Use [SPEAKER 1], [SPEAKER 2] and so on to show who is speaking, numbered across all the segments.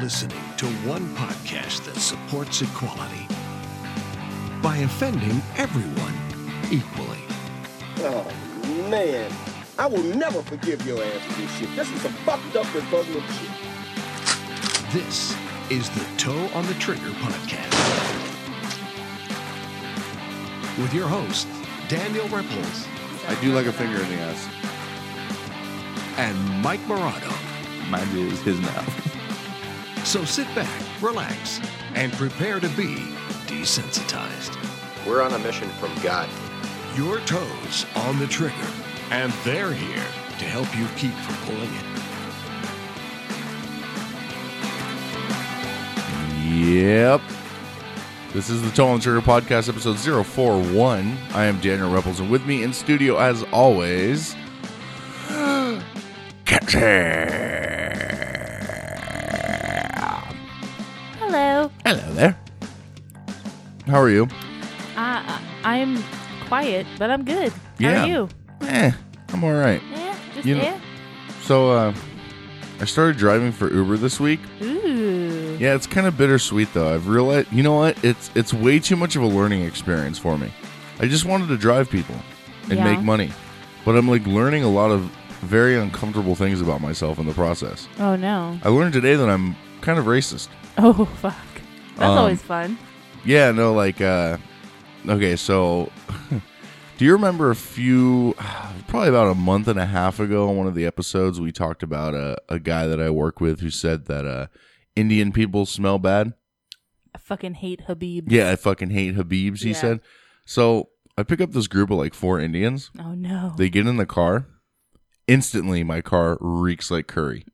[SPEAKER 1] listening to one podcast that supports equality by offending everyone equally.
[SPEAKER 2] Oh man, I will never forgive your ass for this shit. This is some fucked up and fucked up shit.
[SPEAKER 1] This is the Toe on the Trigger podcast with your host, Daniel Ripples
[SPEAKER 3] I do like a finger in the ass.
[SPEAKER 1] and Mike Morado.
[SPEAKER 3] Mine is his mouth.
[SPEAKER 1] So sit back, relax, and prepare to be desensitized.
[SPEAKER 4] We're on a mission from God.
[SPEAKER 1] Your toes on the trigger, and they're here to help you keep from pulling it.
[SPEAKER 3] Yep. This is the Tall and Trigger Podcast, episode 041. I am Daniel Ruppels, and with me in studio, as always,
[SPEAKER 5] Hello.
[SPEAKER 3] Hello there. How are you?
[SPEAKER 5] Uh, I'm quiet, but I'm good. How
[SPEAKER 3] Yeah.
[SPEAKER 5] are you?
[SPEAKER 3] Eh, I'm all right.
[SPEAKER 5] Yeah, just
[SPEAKER 3] You know- So, uh, I started driving for Uber this week.
[SPEAKER 5] yeah. Ooh.
[SPEAKER 3] Yeah, it's kind of bittersweet though. I've realized, you know what? It's it's way too much of a learning experience for me. I just wanted to drive people and
[SPEAKER 5] Yeah.
[SPEAKER 3] make money, but I'm like learning a lot of very uncomfortable things about myself in the process.
[SPEAKER 5] Oh no.
[SPEAKER 3] I learned today that I'm kind of racist.
[SPEAKER 5] Oh fuck. That's
[SPEAKER 3] Um,
[SPEAKER 5] always fun.
[SPEAKER 3] Yeah, no, like, uh, okay, so do you remember a few, probably about a month and a half ago, on one of the episodes we talked about a, a guy that I work with who said that uh, Indian people smell bad.
[SPEAKER 5] I fucking hate Habib.
[SPEAKER 3] Yeah, I fucking hate Habibs, he
[SPEAKER 5] Yeah.
[SPEAKER 3] said. So I pick up this group of like four Indians.
[SPEAKER 5] Oh no.
[SPEAKER 3] They get in the car. Instantly, my car reeks like curry.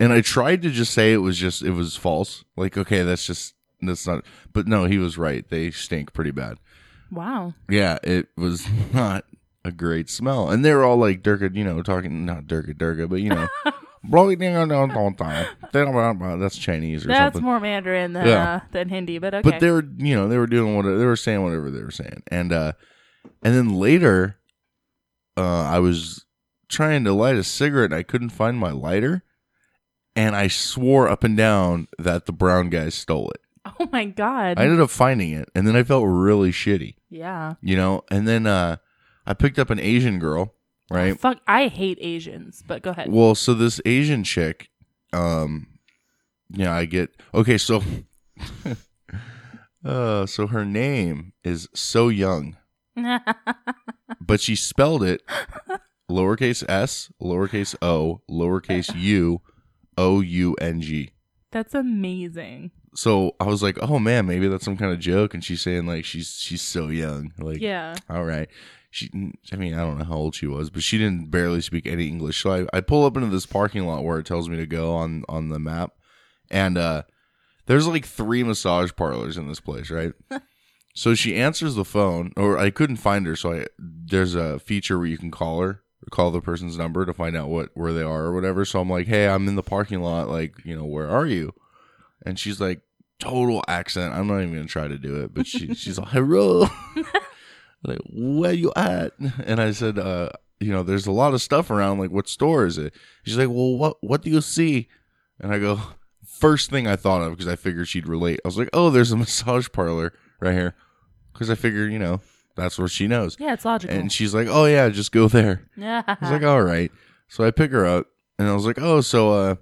[SPEAKER 3] and I tried to just say it was just, it was false. Like, okay, that's just, that's not, but no, he was right. They stink pretty bad.
[SPEAKER 5] wow.
[SPEAKER 3] Yeah, it was not a great smell. And they were all like, Durga, you know, talking, not Durga, Durga, but you know, that's Chinese or
[SPEAKER 5] That's
[SPEAKER 3] something.
[SPEAKER 5] more Mandarin than
[SPEAKER 3] Yeah.
[SPEAKER 5] uh, than Hindi, but okay.
[SPEAKER 3] but they were you know they were doing whatever they were saying whatever they were saying and uh and then later uh i was trying to light a cigarette and i couldn't find my lighter and i swore up and down that the brown guy stole it
[SPEAKER 5] oh my god.
[SPEAKER 3] i ended up finding it and then i felt really shitty
[SPEAKER 5] yeah.
[SPEAKER 3] you know and then uh i picked up an asian girl right
[SPEAKER 5] Fuck. I hate Asians, but go ahead.
[SPEAKER 3] well, so this Asian chick, um, yeah, I get okay. So, uh, so her name is So Young, but she spelled it lowercase s, lowercase o, lowercase u, o u n g.
[SPEAKER 5] That's amazing.
[SPEAKER 3] So I was like, oh man, maybe that's some kind of joke. And she's saying like she's she's so young, like
[SPEAKER 5] Yeah.
[SPEAKER 3] all right. She, I mean, I don't know how old she was, but she didn't barely speak any English. So I, I pull up into this parking lot where it tells me to go on on the map, and uh, there's like three massage parlors in this place, right? so she answers the phone, or I couldn't find her, so I there's a feature where you can call her, call the person's number to find out what where they are or whatever. So I'm like, hey, I'm in the parking lot, like you know, where are you? And she's like, total accent. I'm not even gonna try to do it, but she she's like, hello like where you at and i said uh you know there's a lot of stuff around like what store is it she's like well what what do you see and i go first thing i thought of because i figured she'd relate i was like oh there's a massage parlor right here because i figured you know that's where she knows
[SPEAKER 5] Yeah, it's logical.
[SPEAKER 3] and she's like oh yeah just go there
[SPEAKER 5] yeah.
[SPEAKER 3] I was like, all right. So I pick her up, and I was like, oh, so uh,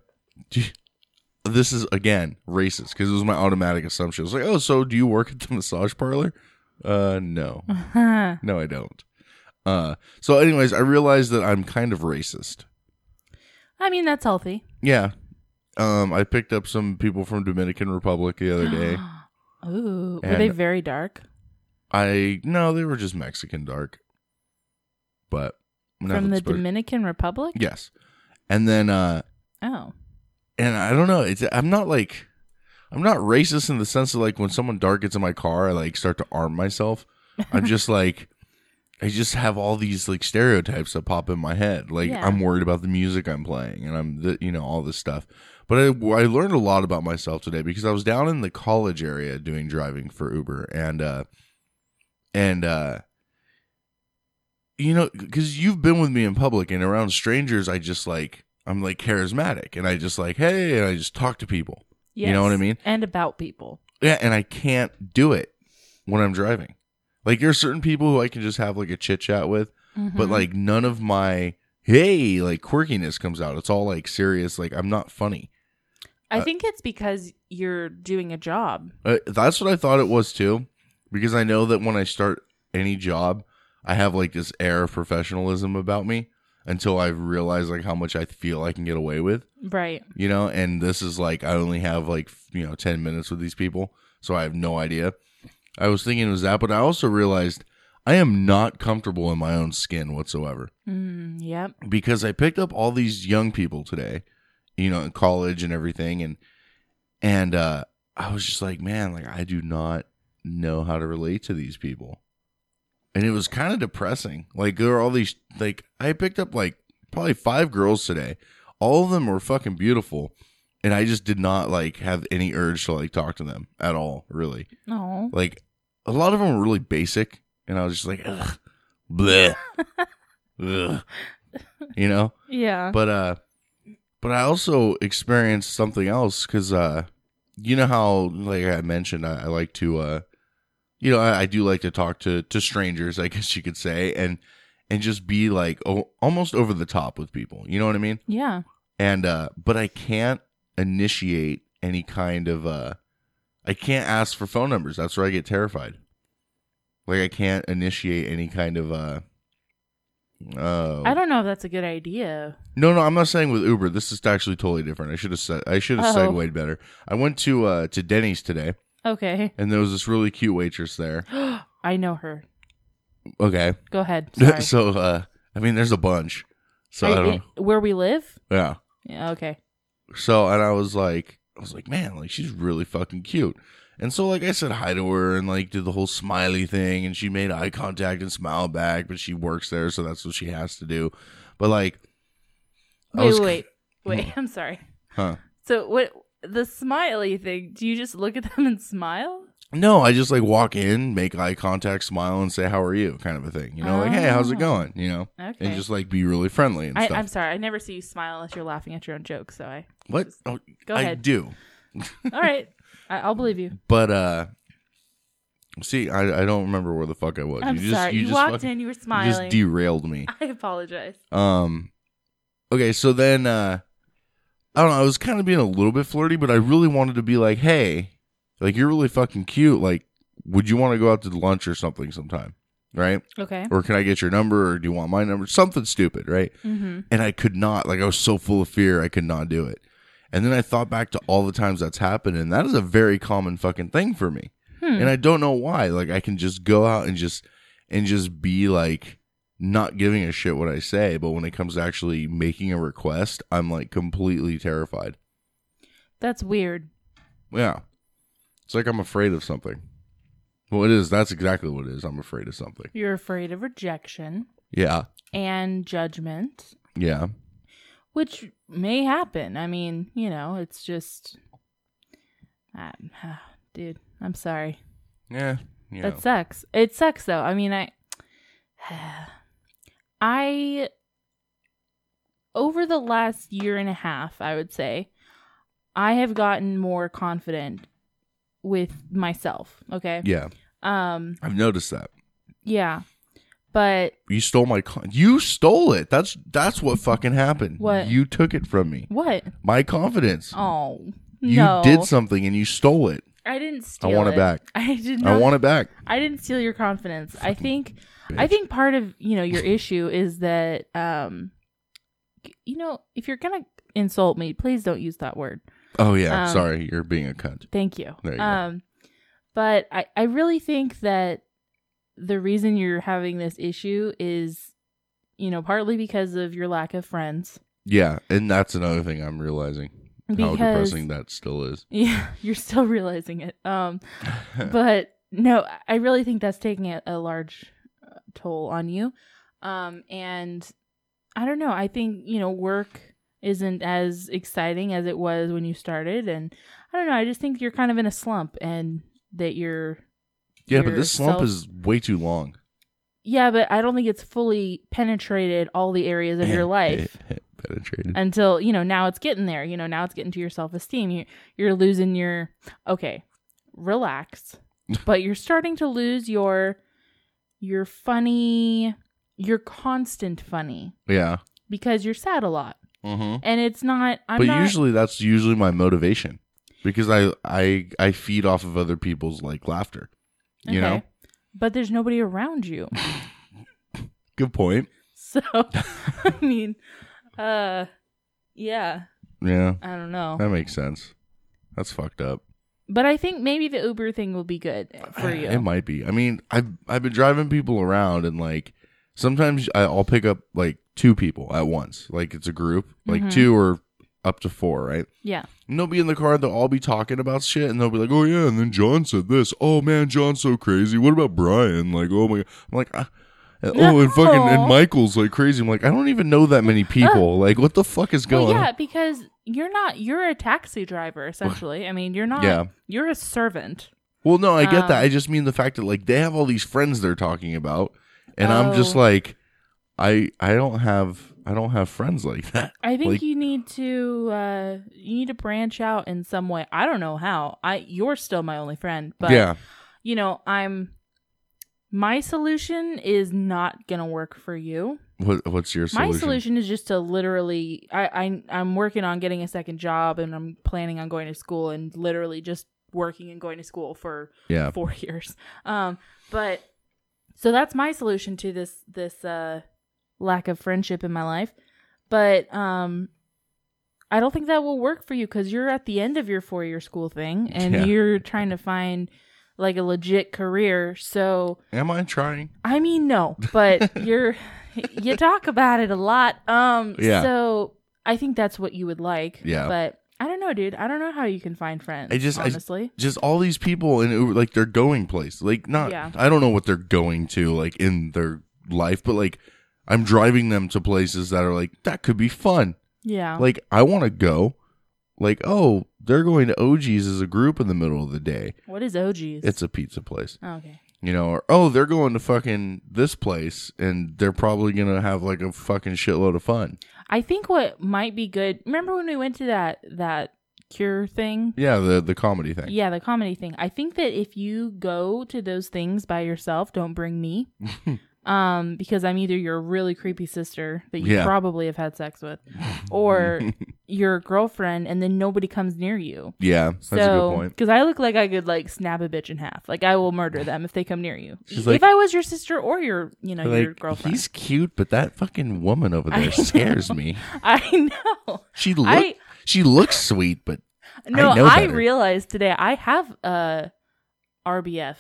[SPEAKER 3] do you- this is again racist because it was my automatic assumption. I was like, oh, so do you work at the massage parlor? Uh, no, no, I don't. Uh, so anyways, I realized that I'm kind of racist.
[SPEAKER 5] I mean, that's healthy.
[SPEAKER 3] Yeah. Um, I picked up some people from Dominican Republic the other day.
[SPEAKER 5] Ooh. were
[SPEAKER 3] And-
[SPEAKER 5] they very dark?
[SPEAKER 3] I no, they were just Mexican dark, but
[SPEAKER 5] From
[SPEAKER 3] nothing
[SPEAKER 5] the
[SPEAKER 3] spe-
[SPEAKER 5] Dominican Republic?
[SPEAKER 3] Yes, and then uh,
[SPEAKER 5] Oh.
[SPEAKER 3] and I don't know. It's I'm not like I'm not racist in the sense of like when someone dark gets in my car, I like start to arm myself. I'm just like I just have all these like stereotypes that pop in my head. Like
[SPEAKER 5] Yeah.
[SPEAKER 3] I'm worried about the music I'm playing, and I'm the you know all this stuff. But I, I learned a lot about myself today because I was down in the college area doing driving for Uber, and uh, and uh, you know, because you've been with me in public and around strangers, I just like I'm like charismatic, and I just like hey, and I just talk to people. You know what I mean?
[SPEAKER 5] And about people.
[SPEAKER 3] Yeah, and I can't do it when I'm driving. Like there are certain people who I can just have like a chit chat with, but
[SPEAKER 5] Mhm.
[SPEAKER 3] like none of my hey like quirkiness comes out. It's all like serious. Like I'm not funny.
[SPEAKER 5] I
[SPEAKER 3] uh,
[SPEAKER 5] think it's because you're doing a job.
[SPEAKER 3] Uh, that's what I thought it was too, because I know that when I start any job, I have like this air of professionalism about me until I realize like how much I feel I can get away with.
[SPEAKER 5] Right.
[SPEAKER 3] you know and this is like i only have like f- you know 10 minutes with these people so i have no idea i was thinking it was that but i also realized i am not comfortable in my own skin whatsoever
[SPEAKER 5] Mm, yep.
[SPEAKER 3] because i picked up all these young people today you know in college and everything and and uh i was just like man like i do not know how to relate to these people and it was kind of depressing like there were all these like i picked up like probably five girls today all of them were fucking beautiful and i just did not like have any urge to like talk to them at all really
[SPEAKER 5] No.
[SPEAKER 3] like a lot of them were really basic and i was just like ugh bleh ugh you know
[SPEAKER 5] Yeah.
[SPEAKER 3] but uh but i also experienced something else because uh you know how like i mentioned i, I like to uh you know I, I do like to talk to to strangers i guess you could say and and just be like oh, almost over the top with people you know what i mean
[SPEAKER 5] yeah.
[SPEAKER 3] and uh but i can't initiate any kind of uh i can't ask for phone numbers that's where i get terrified like i can't initiate any kind of uh oh
[SPEAKER 5] I don't know if that's a good idea.
[SPEAKER 3] no, no, I'm not saying with Uber. This is actually totally different. I should have said I should have
[SPEAKER 5] Oh.
[SPEAKER 3] segued better. I went to uh to Denny's today,
[SPEAKER 5] Okay.
[SPEAKER 3] and there was this really cute waitress there.
[SPEAKER 5] I know her.
[SPEAKER 3] Okay,
[SPEAKER 5] Go ahead. Sorry.
[SPEAKER 3] so uh, I mean, there's a bunch. So I,
[SPEAKER 5] I- e
[SPEAKER 3] don't,
[SPEAKER 5] it- where we live?
[SPEAKER 3] yeah.
[SPEAKER 5] Yeah, okay.
[SPEAKER 3] So and I was like, I was like, man, like she's really fucking cute. And so like I said hi to her and like did the whole smiley thing, and she made eye contact and smiled back. But she works there, so that's what she has to do. But like, I
[SPEAKER 5] Wait,
[SPEAKER 3] was-
[SPEAKER 5] wait, wait. I'm sorry.
[SPEAKER 3] Huh.
[SPEAKER 5] So what the smiley thing, do you just look at them and smile?
[SPEAKER 3] No, I just like walk in, make eye contact, smile, and say "How are you?" kind of a thing. You know, like "Hey, how's it
[SPEAKER 5] Oh.
[SPEAKER 3] going?" You know,
[SPEAKER 5] Okay.
[SPEAKER 3] and just like be really friendly and
[SPEAKER 5] I,
[SPEAKER 3] stuff.
[SPEAKER 5] I'm sorry, I never see you smile unless you're laughing at your own joke, so I
[SPEAKER 3] what?
[SPEAKER 5] just-
[SPEAKER 3] Oh,
[SPEAKER 5] go
[SPEAKER 3] I
[SPEAKER 5] ahead.
[SPEAKER 3] do,
[SPEAKER 5] All right. I, I'll believe you.
[SPEAKER 3] but uh, see, I, I don't remember where the fuck I was.
[SPEAKER 5] I'm
[SPEAKER 3] you just,
[SPEAKER 5] sorry.
[SPEAKER 3] You,
[SPEAKER 5] You,
[SPEAKER 3] just
[SPEAKER 5] walked
[SPEAKER 3] fucking-
[SPEAKER 5] in, you were
[SPEAKER 3] you
[SPEAKER 5] smiling.
[SPEAKER 3] just derailed me.
[SPEAKER 5] I apologize.
[SPEAKER 3] Um, okay, so then uh, I don't know. I was kind of being a little bit flirty, but I really wanted to be like, "Hey, like you're really fucking cute. Like, would you want to go out to lunch or something sometime?" Right.
[SPEAKER 5] Okay.
[SPEAKER 3] or can I get your number or do you want my number? Something stupid, right?
[SPEAKER 5] Mm-hmm.
[SPEAKER 3] And I could not, like, I was so full of fear, I could not do it. And then I thought back to all the times that's happened, and that is a very common fucking thing for me.
[SPEAKER 5] Hmm.
[SPEAKER 3] And I don't know why. Like, I can just go out and just, and just be like, not giving a shit what I say. But when it comes to actually making a request, I'm like completely terrified.
[SPEAKER 5] That's weird.
[SPEAKER 3] Yeah. It's like I'm afraid of something. Well, it is. That's exactly what it is. I'm afraid of something.
[SPEAKER 5] You're afraid of rejection
[SPEAKER 3] Yeah.
[SPEAKER 5] and judgment,
[SPEAKER 3] Yeah.
[SPEAKER 5] which may happen. I mean, you know, it's just, I, dude. I'm sorry.
[SPEAKER 3] Yeah. Yeah.
[SPEAKER 5] That sucks. It sucks though. I mean, I, I, over the last year and a half, I would say, I have gotten more confident with myself. Okay.
[SPEAKER 3] yeah.
[SPEAKER 5] Um.
[SPEAKER 3] I've noticed that.
[SPEAKER 5] Yeah. But
[SPEAKER 3] You stole my con- you stole it. That's that's what fucking happened.
[SPEAKER 5] What?
[SPEAKER 3] You took it from me.
[SPEAKER 5] what?
[SPEAKER 3] My confidence.
[SPEAKER 5] Oh
[SPEAKER 3] you
[SPEAKER 5] no!
[SPEAKER 3] did something and you stole it.
[SPEAKER 5] I didn't steal.
[SPEAKER 3] want it back.
[SPEAKER 5] I did
[SPEAKER 3] I
[SPEAKER 5] not.
[SPEAKER 3] want it back.
[SPEAKER 5] I didn't steal your confidence. I think. I think part of you know your issue is that um, you know if you're gonna insult me, please don't use that word.
[SPEAKER 3] Oh yeah,
[SPEAKER 5] um,
[SPEAKER 3] sorry. You're being a cunt.
[SPEAKER 5] Thank you.
[SPEAKER 3] There you go.
[SPEAKER 5] um, but I I really think that the reason you're having this issue is, you know, partly because of your lack of friends.
[SPEAKER 3] Yeah, and that's another thing I'm realizing how
[SPEAKER 5] Because
[SPEAKER 3] depressing that still is.
[SPEAKER 5] Yeah, you're still realizing it. Um, but no, I really think that's taking a, a large uh, toll on you. Um, and I don't know. I think you know work isn't as exciting as it was when you started, and I don't know. I just think you're kind of in a slump, and that you're
[SPEAKER 3] yeah, but
[SPEAKER 5] your
[SPEAKER 3] this slump
[SPEAKER 5] self-
[SPEAKER 3] is way too long.
[SPEAKER 5] yeah, but I don't think it's fully penetrated all the areas of your life.
[SPEAKER 3] penetrated.
[SPEAKER 5] until you know now it's getting there you know now it's getting to your self-esteem you, you're losing your okay relax but you're starting to lose your your funny your constant funny
[SPEAKER 3] yeah.
[SPEAKER 5] because you're sad a lot
[SPEAKER 3] Mm-hmm.
[SPEAKER 5] and it's not i'm
[SPEAKER 3] but
[SPEAKER 5] not
[SPEAKER 3] usually that's usually my motivation because I I I feed off of other people's like laughter. You know,
[SPEAKER 5] okay. but there's nobody around you
[SPEAKER 3] good point.
[SPEAKER 5] so i mean uh yeah
[SPEAKER 3] Yeah,
[SPEAKER 5] i don't know
[SPEAKER 3] that makes sense. That's fucked up.
[SPEAKER 5] but i think maybe the uber thing will be good for you
[SPEAKER 3] It might be. I mean, I've I've been driving people around and like sometimes I- I'll pick up like two people at once. Like it's a group, like
[SPEAKER 5] Mhm.
[SPEAKER 3] two or up to four, right?
[SPEAKER 5] yeah
[SPEAKER 3] And they'll be in the car, they'll all be talking about shit, and they'll be like, oh yeah, and then John said this. Oh man, John's so crazy. What about Brian? Like, oh my. I'm like, ah. And- oh, and fucking,
[SPEAKER 5] No.
[SPEAKER 3] and Michael's like crazy. I'm like, I don't even know that many people. Like, what the fuck is going
[SPEAKER 5] Uh, Well, yeah,
[SPEAKER 3] on?
[SPEAKER 5] because you're not you're a taxi driver essentially. I mean, you're not.
[SPEAKER 3] Yeah.
[SPEAKER 5] You're a servant.
[SPEAKER 3] Well, no, I get that.
[SPEAKER 5] Um,
[SPEAKER 3] I just mean the fact that, like, they have all these friends they're talking about, and I'm just
[SPEAKER 5] Oh.
[SPEAKER 3] like, I, I don't have, I don't have friends like that.
[SPEAKER 5] I think
[SPEAKER 3] Like-
[SPEAKER 5] you need to uh you need to branch out in some way. I don't know how. I you're still my only friend, but
[SPEAKER 3] yeah.
[SPEAKER 5] you know, I'm my solution is not going to work for you.
[SPEAKER 3] What, what's your solution?
[SPEAKER 5] My solution is just to literally I I I'm working on getting a second job and I'm planning on going to school and literally just working and going to school for
[SPEAKER 3] Yeah.
[SPEAKER 5] four years. Um, but so that's my solution to this this uh, lack of friendship in my life. But um, I don't think that will work for you because you're at the end of your four year school thing and
[SPEAKER 3] Yeah.
[SPEAKER 5] you're trying to find like a legit career. So
[SPEAKER 3] Am I trying?
[SPEAKER 5] I mean, no, but you're you talk about it a lot. Um,
[SPEAKER 3] Yeah.
[SPEAKER 5] So I think that's what you would like.
[SPEAKER 3] Yeah.
[SPEAKER 5] But I don't know, dude. I don't know how you can find friends.
[SPEAKER 3] I just- I-
[SPEAKER 5] honestly.
[SPEAKER 3] just all these people in Uber, like they're going place. Like not
[SPEAKER 5] Yeah.
[SPEAKER 3] I don't know what they're going to like in their life, but like I'm driving them to places that are like that could be fun.
[SPEAKER 5] yeah.
[SPEAKER 3] Like I want to go. Like oh, they're going to OG's as a group in the middle of the day.
[SPEAKER 5] what is OG's?
[SPEAKER 3] It's a pizza place.
[SPEAKER 5] Oh, okay.
[SPEAKER 3] You know, or oh, they're going to fucking this place and they're probably going to have like a fucking shitload of fun.
[SPEAKER 5] I think what might be good. Remember when we went to that that cure thing?
[SPEAKER 3] Yeah, the the comedy thing.
[SPEAKER 5] Yeah, the comedy thing. I think that if you go to those things by yourself, don't bring me. um because I'm either your really creepy sister that you
[SPEAKER 3] Yeah.
[SPEAKER 5] probably have had sex with or your girlfriend and then nobody comes near you.
[SPEAKER 3] Yeah, that's a good
[SPEAKER 5] So,
[SPEAKER 3] point.
[SPEAKER 5] because I look like I could like snap a bitch in half, like I will murder them if they come near you.
[SPEAKER 3] She's
[SPEAKER 5] if
[SPEAKER 3] like-
[SPEAKER 5] I was your sister or your, you know, your
[SPEAKER 3] Like
[SPEAKER 5] girlfriend,
[SPEAKER 3] he's cute, but that fucking woman over
[SPEAKER 5] I
[SPEAKER 3] there scares
[SPEAKER 5] know.
[SPEAKER 3] me.
[SPEAKER 5] I know.
[SPEAKER 3] She look
[SPEAKER 5] I-
[SPEAKER 3] she looks sweet, but
[SPEAKER 5] No,
[SPEAKER 3] know
[SPEAKER 5] I,
[SPEAKER 3] better.
[SPEAKER 5] realized today I have a RBF.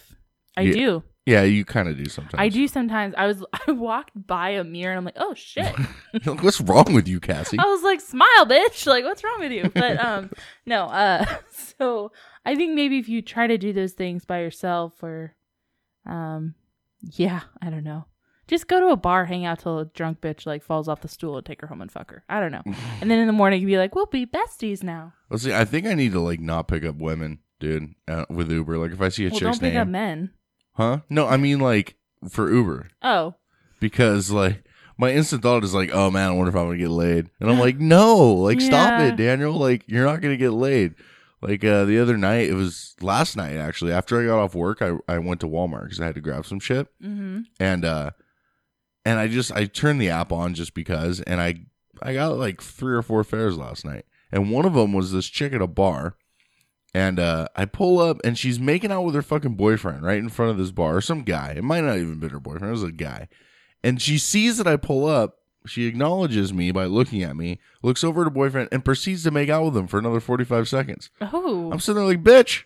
[SPEAKER 5] I
[SPEAKER 3] Yeah,
[SPEAKER 5] do.
[SPEAKER 3] yeah, you kind of do sometimes.
[SPEAKER 5] I do sometimes. I was I walked by a mirror and I'm like, oh shit.
[SPEAKER 3] You're like, What's wrong with you, Cassie?
[SPEAKER 5] I was like, smile, bitch. Like, what's wrong with you? But um, no. Uh, so I think maybe if you try to do those things by yourself or, um, yeah, I don't know. Just go to a bar, hang out till a drunk bitch like falls off the stool and take her home and fuck her. I don't know. And then in the morning you'd be like, we'll be besties now.
[SPEAKER 3] Let's see. I think I need to like not pick up women, dude, uh, with Uber. Like if I see a
[SPEAKER 5] Well, don't
[SPEAKER 3] chick's
[SPEAKER 5] pick up
[SPEAKER 3] name,
[SPEAKER 5] men.
[SPEAKER 3] huh? No, I mean like for Uber
[SPEAKER 5] Oh,
[SPEAKER 3] because like my instant thought is like, oh man, I wonder if I'm gonna get laid, and I'm like, no, like stop
[SPEAKER 5] Yeah.
[SPEAKER 3] it, Daniel. Like you're not gonna get laid. Like uh, the other night, it was last night actually. After I got off work, I I went to Walmart because I had to grab some shit.
[SPEAKER 5] mm-hmm.
[SPEAKER 3] and uh and i just i turned the app on just because and i i got like three or four fares last night and one of them was this chick at a bar and uh i pull up and she's making out with her fucking boyfriend right in front of this bar or some guy it might not even been her boyfriend it was a guy and she sees that i pull up she acknowledges me by looking at me looks over at her boyfriend and proceeds to make out with him for another 45 seconds
[SPEAKER 5] Oh,
[SPEAKER 3] i'm sitting there like bitch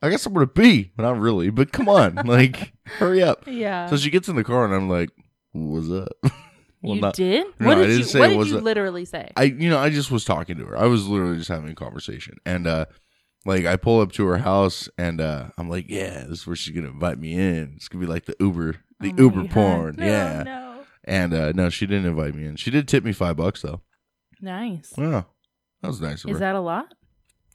[SPEAKER 3] i got somewhere to be not really but come on like hurry up
[SPEAKER 5] yeah.
[SPEAKER 3] so she gets in the car and I'm like, "What's up?" well,
[SPEAKER 5] you
[SPEAKER 3] not-
[SPEAKER 5] did?
[SPEAKER 3] No,
[SPEAKER 5] what did
[SPEAKER 3] I didn't
[SPEAKER 5] you,
[SPEAKER 3] say
[SPEAKER 5] what
[SPEAKER 3] it
[SPEAKER 5] did
[SPEAKER 3] was
[SPEAKER 5] you
[SPEAKER 3] a-
[SPEAKER 5] literally say?
[SPEAKER 3] I you know I just was talking to her. I was literally just having a conversation, and uh, like I pull up to her house and uh, I'm like, "Yeah, this is where she's gonna invite me in. It's gonna be like the Uber, the
[SPEAKER 5] Oh my
[SPEAKER 3] Uber
[SPEAKER 5] God.
[SPEAKER 3] porn,
[SPEAKER 5] No,
[SPEAKER 3] yeah."
[SPEAKER 5] no.
[SPEAKER 3] And uh, no, she didn't invite me in. She did tip me five bucks though.
[SPEAKER 5] Nice.
[SPEAKER 3] Yeah, that was nice of
[SPEAKER 5] Is
[SPEAKER 3] her.
[SPEAKER 5] that a lot?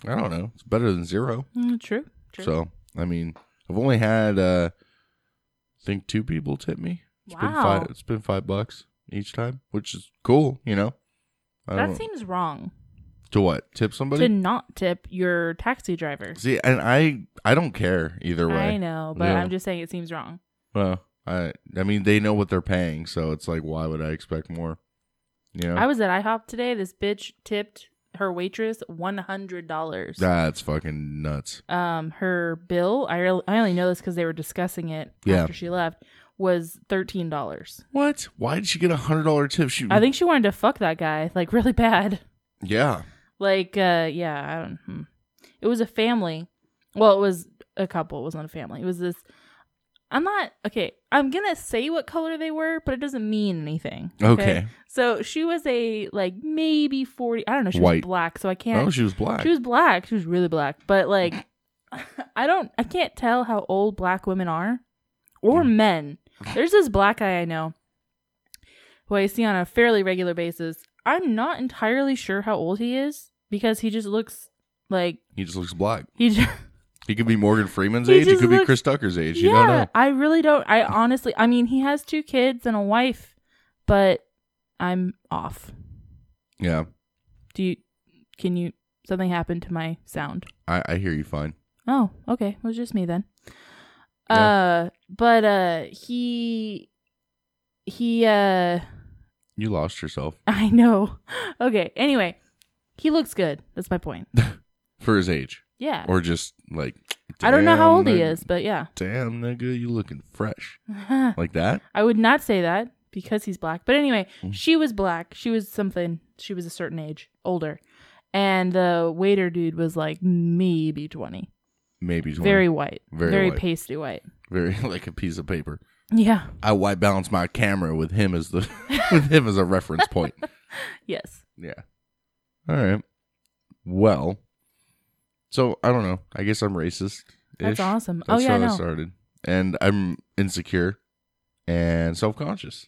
[SPEAKER 3] I don't know. It's better than zero.
[SPEAKER 5] Mm, true. True.
[SPEAKER 3] So I mean, I've only had uh, I think two people tip me. It's been
[SPEAKER 5] Wow.
[SPEAKER 3] five. It's been five bucks each time, which is cool. You know, I
[SPEAKER 5] That
[SPEAKER 3] don't-
[SPEAKER 5] seems wrong
[SPEAKER 3] to what? Tip somebody?
[SPEAKER 5] to not tip your taxi driver.
[SPEAKER 3] See, and I I don't care either way.
[SPEAKER 5] I know, but
[SPEAKER 3] Yeah.
[SPEAKER 5] I'm just saying it seems wrong.
[SPEAKER 3] Well, I I mean they know what they're paying, so it's like why would I expect more? You know,
[SPEAKER 5] I was at IHOP today. This bitch tipped her waitress one hundred dollars.
[SPEAKER 3] that's fucking nuts.
[SPEAKER 5] um her bill i, re- I only know this because they were discussing it
[SPEAKER 3] Yeah.
[SPEAKER 5] after she left was thirteen dollars
[SPEAKER 3] What? Why did she get a hundred dollar tip? She
[SPEAKER 5] i think she wanted to fuck that guy like really bad
[SPEAKER 3] yeah.
[SPEAKER 5] like uh yeah i don't hmm. it was a family well it was a couple it wasn't a family it was this i'm not okay i'm gonna say what color they were but it doesn't mean anything
[SPEAKER 3] Okay.
[SPEAKER 5] so she was a like maybe 40 i don't know she
[SPEAKER 3] White.
[SPEAKER 5] was black so i can't
[SPEAKER 3] Oh, she was black.
[SPEAKER 5] She was black. She was really black. But like, I don't, I can't tell how old black women are or
[SPEAKER 3] Hmm.
[SPEAKER 5] men. There's this black guy I know who I see on a fairly regular basis. I'm not entirely sure how old he is because he just looks like
[SPEAKER 3] he just looks black.
[SPEAKER 5] he just.
[SPEAKER 3] He could be Morgan Freeman's
[SPEAKER 5] He
[SPEAKER 3] age. He
[SPEAKER 5] just
[SPEAKER 3] could be
[SPEAKER 5] looks-
[SPEAKER 3] Chris Tucker's age. You don't
[SPEAKER 5] yeah,
[SPEAKER 3] know.
[SPEAKER 5] I really don't. I honestly, I mean, he has two kids and a wife, but I'm off.
[SPEAKER 3] Yeah,
[SPEAKER 5] Do you, can you, something happened to my sound.
[SPEAKER 3] I, I hear you fine.
[SPEAKER 5] Oh, okay. It was just me then.
[SPEAKER 3] Yeah.
[SPEAKER 5] Uh but uh he he uh
[SPEAKER 3] You lost yourself
[SPEAKER 5] I know. Okay. Anyway, he looks good. That's my point.
[SPEAKER 3] for his age,
[SPEAKER 5] Yeah.
[SPEAKER 3] or just like
[SPEAKER 5] I don't know how
[SPEAKER 3] "Damn,
[SPEAKER 5] old he
[SPEAKER 3] nigga-
[SPEAKER 5] is, but yeah.
[SPEAKER 3] Damn nigga, you looking fresh like that?
[SPEAKER 5] I would not say that because he's black. But anyway,
[SPEAKER 3] Mm.
[SPEAKER 5] she was black. She was something. She was a certain age, older. And the waiter dude was like maybe 20.
[SPEAKER 3] Maybe 20.
[SPEAKER 5] Very white.
[SPEAKER 3] Very
[SPEAKER 5] Very,
[SPEAKER 3] white.
[SPEAKER 5] pasty white.
[SPEAKER 3] very like a piece of paper.
[SPEAKER 5] Yeah.
[SPEAKER 3] I white balance my camera with him as the with him as a reference point.
[SPEAKER 5] Yes.
[SPEAKER 3] Yeah. All right. Well, so I don't know. I guess I'm racist.
[SPEAKER 5] That's awesome.
[SPEAKER 3] That's
[SPEAKER 5] oh yeah,
[SPEAKER 3] how
[SPEAKER 5] I
[SPEAKER 3] that
[SPEAKER 5] know.
[SPEAKER 3] started, and I'm insecure and self conscious.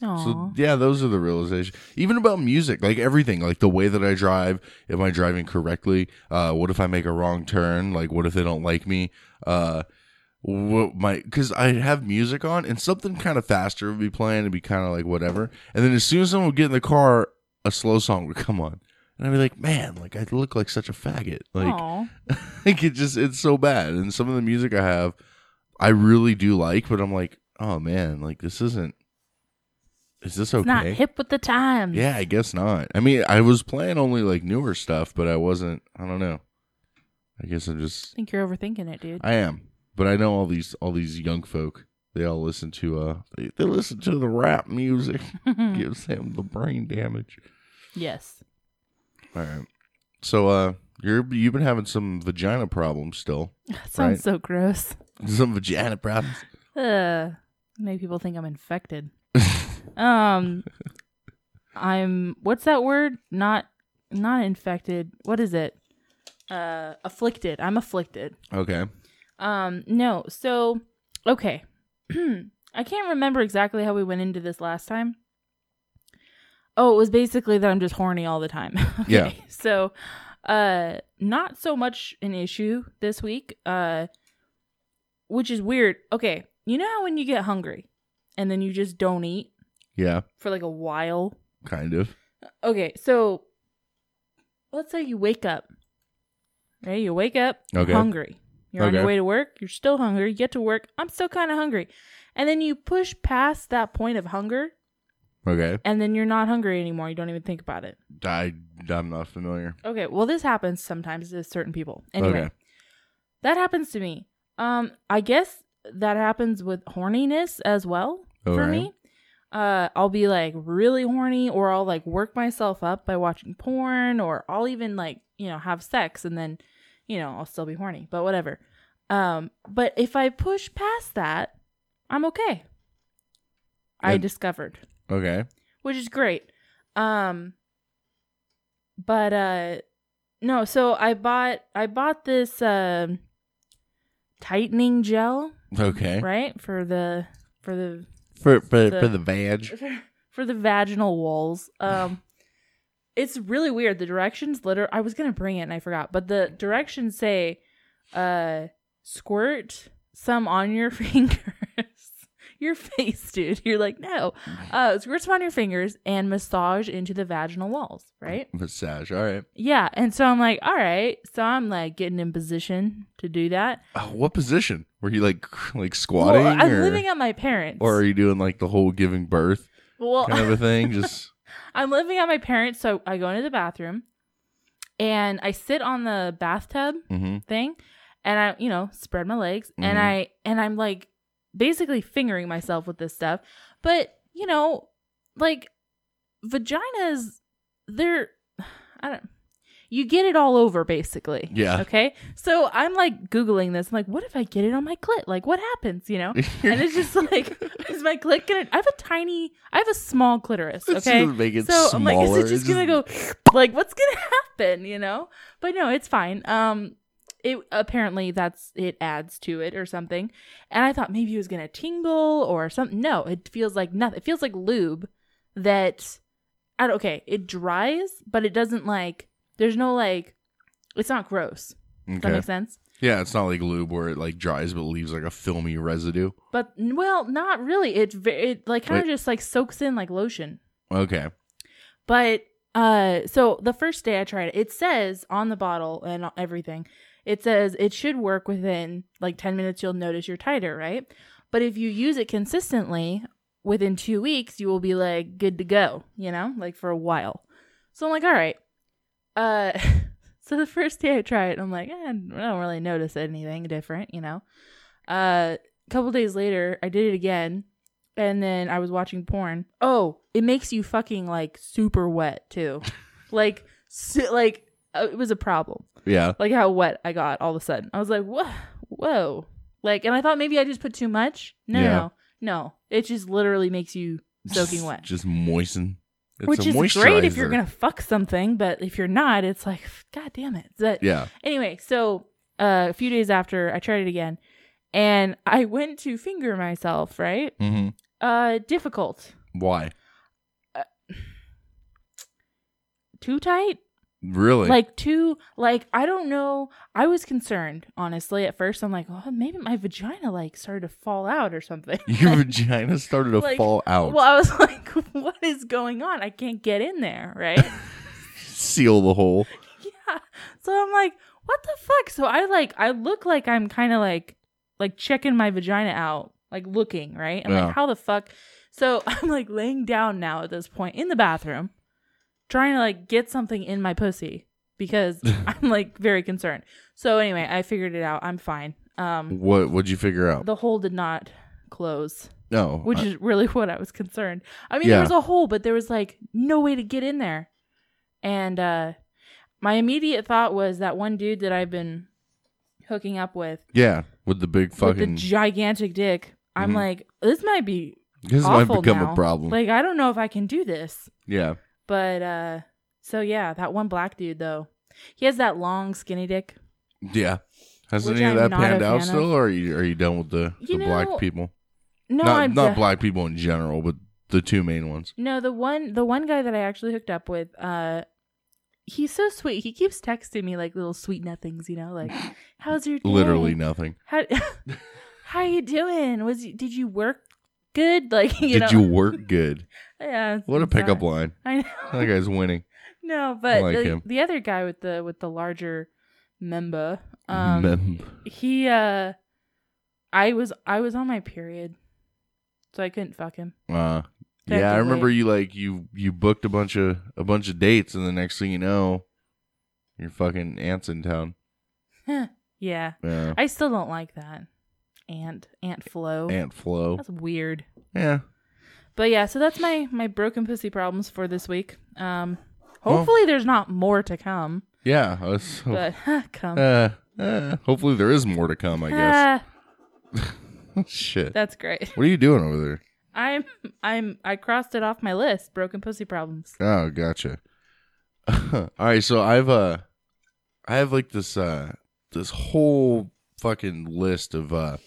[SPEAKER 3] So
[SPEAKER 5] Aw.
[SPEAKER 3] yeah, those are the realizations. Even about music, like everything, like the way that I drive. Am I driving correctly? Uh, what if I make a wrong turn? Like, what if they don't like me? Uh, what my because I have music on and something kind of faster would be playing and be kind of like whatever. And then as soon as someone would get in the car, a slow song would come on, and I'd be like, man, like I look like such a faggot. Like,
[SPEAKER 5] Aw.
[SPEAKER 3] like it just it's so bad. And some of the music I have, I really do like, but I'm like, oh man, like this isn't. Is this okay?
[SPEAKER 5] It's not hip with the times.
[SPEAKER 3] Yeah, I guess not. I mean, I was playing only like newer stuff, but I wasn't. I don't know. I guess I'm
[SPEAKER 5] I
[SPEAKER 3] just.
[SPEAKER 5] think you're overthinking it, dude.
[SPEAKER 3] I am, but I know all these all these young folk. They all listen to uh, they, they listen to the rap music. Gives them the brain damage.
[SPEAKER 5] yes.
[SPEAKER 3] All right. So uh, you're you've been having some vagina problems still.
[SPEAKER 5] That sounds
[SPEAKER 3] Right.
[SPEAKER 5] so gross.
[SPEAKER 3] Some vagina problems.
[SPEAKER 5] Ugh. Make people think I'm infected. Um I'm what's that word? Not not infected. What is it? Uh afflicted. I'm afflicted.
[SPEAKER 3] okay.
[SPEAKER 5] Um no. So okay. I can't remember exactly how we went into this last time. Oh, it was basically that I'm just horny all the time. Okay,
[SPEAKER 3] Yeah.
[SPEAKER 5] So, uh not so much an issue this week. Uh which is weird. Okay. You know how when you get hungry and then you just don't eat
[SPEAKER 3] Yeah.
[SPEAKER 5] for like a while?
[SPEAKER 3] Kind of.
[SPEAKER 5] Okay. So, let's say you wake up. Right? You wake up
[SPEAKER 3] Okay.
[SPEAKER 5] hungry. You're on your
[SPEAKER 3] Okay.
[SPEAKER 5] way to work. You're still hungry. You get to work. I'm still kind of hungry. And then you push past that point of hunger
[SPEAKER 3] Okay.
[SPEAKER 5] and then you're not hungry anymore. You don't even think about it.
[SPEAKER 3] I I'm not familiar.
[SPEAKER 5] Okay, well, this happens sometimes to certain people. Anyway,
[SPEAKER 3] Okay.
[SPEAKER 5] that happens to me. Um, I guess that happens with horniness as well for
[SPEAKER 3] Alright.
[SPEAKER 5] me. Uh, I'll be like really horny, or I'll like work myself up by watching porn, or I'll even like you know have sex and then you know I'll still be horny, but whatever. Um, but if I push past that, I'm okay. I
[SPEAKER 3] And-
[SPEAKER 5] discovered
[SPEAKER 3] Okay.
[SPEAKER 5] which is great. Um but uh no, so I bought I bought this um tightening gel,
[SPEAKER 3] Okay.
[SPEAKER 5] right? For the for the
[SPEAKER 3] For for
[SPEAKER 5] The-
[SPEAKER 3] for the vag.
[SPEAKER 5] for the vaginal walls. Um it's really weird. The directions liter I was going to bring it and I forgot, but the directions say uh squirt some on your fingers. your face, dude. You're like, no. Uh, squirts on your fingers and massage into the vaginal walls, right?
[SPEAKER 3] Massage. All right.
[SPEAKER 5] Yeah. And so I'm like, all right. So I'm like getting in position to do that.
[SPEAKER 3] Oh, what position were you like? cr- Like
[SPEAKER 5] Well,
[SPEAKER 3] squatting,
[SPEAKER 5] I'm
[SPEAKER 3] or,
[SPEAKER 5] living at my parents.
[SPEAKER 3] or are you doing like the whole giving birth
[SPEAKER 5] well,
[SPEAKER 3] kind of a thing? Just
[SPEAKER 5] I'm living at my parents, so I go into the bathroom and I sit on the bathtub
[SPEAKER 3] hmm
[SPEAKER 5] thing and I, you know, spread my legs and
[SPEAKER 3] Mhm.
[SPEAKER 5] I and I'm like basically fingering myself with this stuff. But, you know, like vaginas they're I don't you get it all over basically.
[SPEAKER 3] Yeah.
[SPEAKER 5] Okay. So I'm like Googling this. I'm like, what if I get it on my clit? Like, what happens? You know? and it's just like, is my clit gonna? I have a tiny, I have a small clitoris.
[SPEAKER 3] It's
[SPEAKER 5] Okay,
[SPEAKER 3] gonna make it
[SPEAKER 5] so I'm like, is
[SPEAKER 3] smaller.
[SPEAKER 5] it
[SPEAKER 3] It's
[SPEAKER 5] just, gonna go? Like, what's gonna happen? You know? But no, it's fine. Um, it apparently that's it adds to it or something. And I thought maybe it was gonna tingle or something. No, it feels like nothing. It feels like lube that. I don't, okay, it dries, but it doesn't like. There's no like. It's not gross. Does that
[SPEAKER 3] Okay.
[SPEAKER 5] make sense?
[SPEAKER 3] Yeah, it's not like lube where it like dries but leaves like a filmy residue.
[SPEAKER 5] But well, not really. It ve- it like kind of
[SPEAKER 3] Wait.
[SPEAKER 5] just like soaks in like lotion.
[SPEAKER 3] Okay.
[SPEAKER 5] But uh, so the first day I tried it, it says on the bottle and everything, it says it should work within like ten minutes. You'll notice you're tighter, right? But if you use it consistently within two weeks, you will be like good to go. You know, like for a while. So I'm like, all right. Uh, so the first day I try it, I'm like, eh, I don't really notice anything different, you know. Uh, a couple days later, I did it again, and then I was watching porn. Oh, it makes you fucking like super wet too, like su- like uh, it was a problem,
[SPEAKER 3] Yeah.
[SPEAKER 5] like how wet I got all of a sudden. I was like, whoa, whoa, like, and I thought maybe I just put too much. No,
[SPEAKER 3] Yeah.
[SPEAKER 5] no, no, it just literally makes you soaking wet.
[SPEAKER 3] Just moisten. It's
[SPEAKER 5] Which
[SPEAKER 3] a
[SPEAKER 5] is great if you're
[SPEAKER 3] moisturizer.
[SPEAKER 5] gonna fuck something, but if you're not, it's like, god damn it. But
[SPEAKER 3] Yeah.
[SPEAKER 5] anyway, so uh, a few days after, I tried it again, and I went to finger myself. Right,
[SPEAKER 3] hmm
[SPEAKER 5] uh, difficult,
[SPEAKER 3] Why?
[SPEAKER 5] too tight,
[SPEAKER 3] Really?
[SPEAKER 5] like, too, like I don't know. I was concerned honestly at first. I'm like, oh, maybe my vagina like started to fall out or something.
[SPEAKER 3] your vagina started to
[SPEAKER 5] Like,
[SPEAKER 3] fall out.
[SPEAKER 5] Well, I was like, what is going on? I can't get in there, right?
[SPEAKER 3] Seal the hole.
[SPEAKER 5] yeah. So I'm like, what the fuck? So I like, I look like I'm kind of like, like checking my vagina out, like looking, right? I'm
[SPEAKER 3] Yeah.
[SPEAKER 5] like, how the fuck? So I'm like laying down now at this point in the bathroom, trying to like get something in my pussy because I'm like very concerned. So anyway, I figured it out. I'm fine. Um,
[SPEAKER 3] What? What'd you figure out?
[SPEAKER 5] the hole did not close,
[SPEAKER 3] no.
[SPEAKER 5] which
[SPEAKER 3] I-
[SPEAKER 5] is really what I was concerned. I mean,
[SPEAKER 3] Yeah.
[SPEAKER 5] there was a hole, but there was like no way to get in there. And uh my immediate thought was that one dude that I've been hooking up with
[SPEAKER 3] yeah. With the big fucking.
[SPEAKER 5] with the gigantic dick. I'm
[SPEAKER 3] Mhm.
[SPEAKER 5] like, this might be
[SPEAKER 3] this might
[SPEAKER 5] awful
[SPEAKER 3] become
[SPEAKER 5] now.
[SPEAKER 3] a problem.
[SPEAKER 5] Like, I don't know if I can do this.
[SPEAKER 3] yeah.
[SPEAKER 5] But uh so yeah, that one black dude though. He has that long skinny dick.
[SPEAKER 3] Yeah. Has
[SPEAKER 5] Which
[SPEAKER 3] any of
[SPEAKER 5] I'm
[SPEAKER 3] that
[SPEAKER 5] not a
[SPEAKER 3] panned out
[SPEAKER 5] fan of.
[SPEAKER 3] still, or are you, are you done with the,
[SPEAKER 5] You
[SPEAKER 3] the black
[SPEAKER 5] know,
[SPEAKER 3] people?
[SPEAKER 5] No,
[SPEAKER 3] not
[SPEAKER 5] I'm
[SPEAKER 3] not
[SPEAKER 5] de-
[SPEAKER 3] black people in general, but the two main ones.
[SPEAKER 5] No, the one the one guy that I actually hooked up with, uh he's so sweet. He keeps texting me like little sweet nothings, you know, like how's your day?
[SPEAKER 3] Literally nothing.
[SPEAKER 5] How How you doing? Was you, did you work good? Like, you
[SPEAKER 3] Did
[SPEAKER 5] know.
[SPEAKER 3] you work good?
[SPEAKER 5] Yeah. it's-
[SPEAKER 3] What a
[SPEAKER 5] it's not-
[SPEAKER 3] pickup line.
[SPEAKER 5] I
[SPEAKER 3] That
[SPEAKER 5] know.
[SPEAKER 3] guy's winning.
[SPEAKER 5] No, but
[SPEAKER 3] like
[SPEAKER 5] the,
[SPEAKER 3] him.
[SPEAKER 5] the other guy with the with the larger member um
[SPEAKER 3] Mem-
[SPEAKER 5] he uh I was I was on my period. So I couldn't fuck him.
[SPEAKER 3] Uh, yeah, I remember
[SPEAKER 5] Technically.
[SPEAKER 3] you like you you booked a bunch of a bunch of dates, and the next thing you know, your fucking aunt's in town.
[SPEAKER 5] Yeah.
[SPEAKER 3] Yeah,
[SPEAKER 5] I still don't like that. Aunt Aunt Flo.
[SPEAKER 3] Aunt Flo.
[SPEAKER 5] That's weird.
[SPEAKER 3] Yeah,
[SPEAKER 5] But yeah, so that's my my broken pussy problems for this week. Um hopefully there's not more to come.
[SPEAKER 3] yeah. I was-
[SPEAKER 5] But come.
[SPEAKER 3] oh. uh, uh, hopefully there is more to come. I guess.
[SPEAKER 5] Ah,
[SPEAKER 3] Shit.
[SPEAKER 5] that's great.
[SPEAKER 3] What are you doing over there?
[SPEAKER 5] I'm I'm I crossed it off my list, broken pussy problems.
[SPEAKER 3] Oh, gotcha. All right, so I've uh I have like this uh this whole fucking list of uh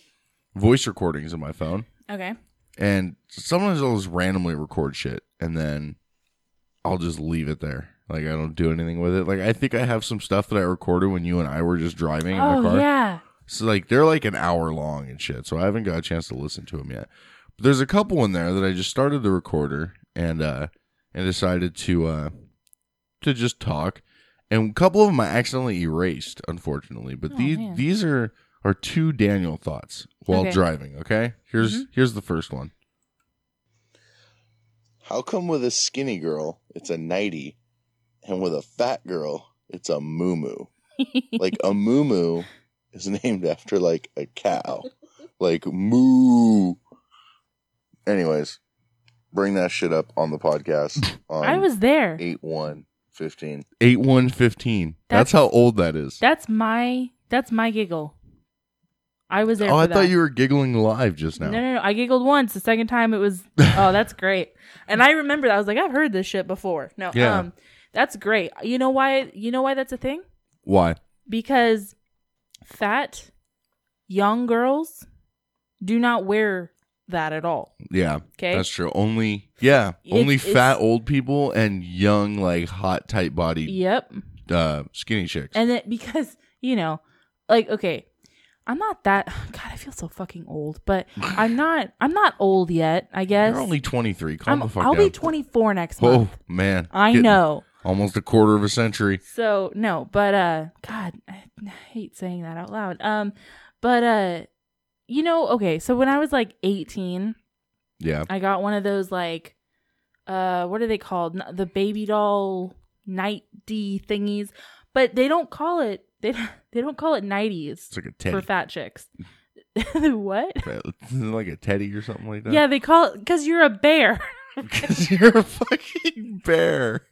[SPEAKER 3] voice recordings on my phone.
[SPEAKER 5] Okay.
[SPEAKER 3] And sometimes I'll just randomly record shit and then I'll just leave it there. Like I don't do anything with it. Like I think I have some stuff that I recorded when you and I were just driving in the
[SPEAKER 5] Oh
[SPEAKER 3] car.
[SPEAKER 5] yeah.
[SPEAKER 3] So like they're like an hour long and shit. So I haven't got a chance to listen to them yet. there's a couple in there that I just started the recorder and uh and decided to uh to just talk. And a couple of them I accidentally erased, unfortunately. But
[SPEAKER 5] Oh,
[SPEAKER 3] these
[SPEAKER 5] man.
[SPEAKER 3] these are are two Daniel thoughts while
[SPEAKER 5] Okay. Mm-hmm.
[SPEAKER 3] driving, okay? Here's here's the first one. How come with a skinny girl it's a nighty and with a fat girl it's a moo moo? like a moo moo is named after like a cow, like moo. Anyways, bring that shit up on the podcast on
[SPEAKER 5] I was there.
[SPEAKER 3] Um, eight one fifteen. Eight one fifteen. That's,
[SPEAKER 5] That's-
[SPEAKER 3] how old that is.
[SPEAKER 5] That's my that's my giggle. I was there.
[SPEAKER 3] oh,
[SPEAKER 5] for
[SPEAKER 3] I
[SPEAKER 5] that.
[SPEAKER 3] thought you were giggling live just
[SPEAKER 5] No.
[SPEAKER 3] now.
[SPEAKER 5] no, no, I giggled once. The second time it was, oh, that's great. And I remember that. I was like, I've heard this shit before. No,
[SPEAKER 3] Yeah.
[SPEAKER 5] um, that's great. You know why? You know why that's a thing?
[SPEAKER 3] Why?
[SPEAKER 5] Because fat young girls do not wear that at all.
[SPEAKER 3] Yeah,
[SPEAKER 5] Okay.
[SPEAKER 3] that's true. Only yeah,
[SPEAKER 5] It-
[SPEAKER 3] only
[SPEAKER 5] it's-
[SPEAKER 3] fat old people and young like hot tight body
[SPEAKER 5] Yep.
[SPEAKER 3] uh, skinny chicks.
[SPEAKER 5] And then because, you know, like okay, I'm not that God, I feel so fucking old, but I'm not I'm not old yet, I guess.
[SPEAKER 3] You're only twenty three. Calm
[SPEAKER 5] I'm,
[SPEAKER 3] the fuck
[SPEAKER 5] I'll
[SPEAKER 3] down.
[SPEAKER 5] be 24 next
[SPEAKER 3] Oh
[SPEAKER 5] month.
[SPEAKER 3] man,
[SPEAKER 5] I
[SPEAKER 3] Getting
[SPEAKER 5] know.
[SPEAKER 3] almost a quarter of a century.
[SPEAKER 5] So no, but uh, God, I hate saying that out loud. Um, but uh, you know, okay. So when I was like eighteen,
[SPEAKER 3] Yeah.
[SPEAKER 5] I got one of those like, uh, what are they called? N- The baby doll nighty thingies, but they don't call it they don't- they don't call it nighties
[SPEAKER 3] It's like a
[SPEAKER 5] for
[SPEAKER 3] teddy.
[SPEAKER 5] fat chicks. what?
[SPEAKER 3] It's like a teddy or something like that.
[SPEAKER 5] Yeah, they call it because you're a bear.
[SPEAKER 3] Because you're a fucking bear.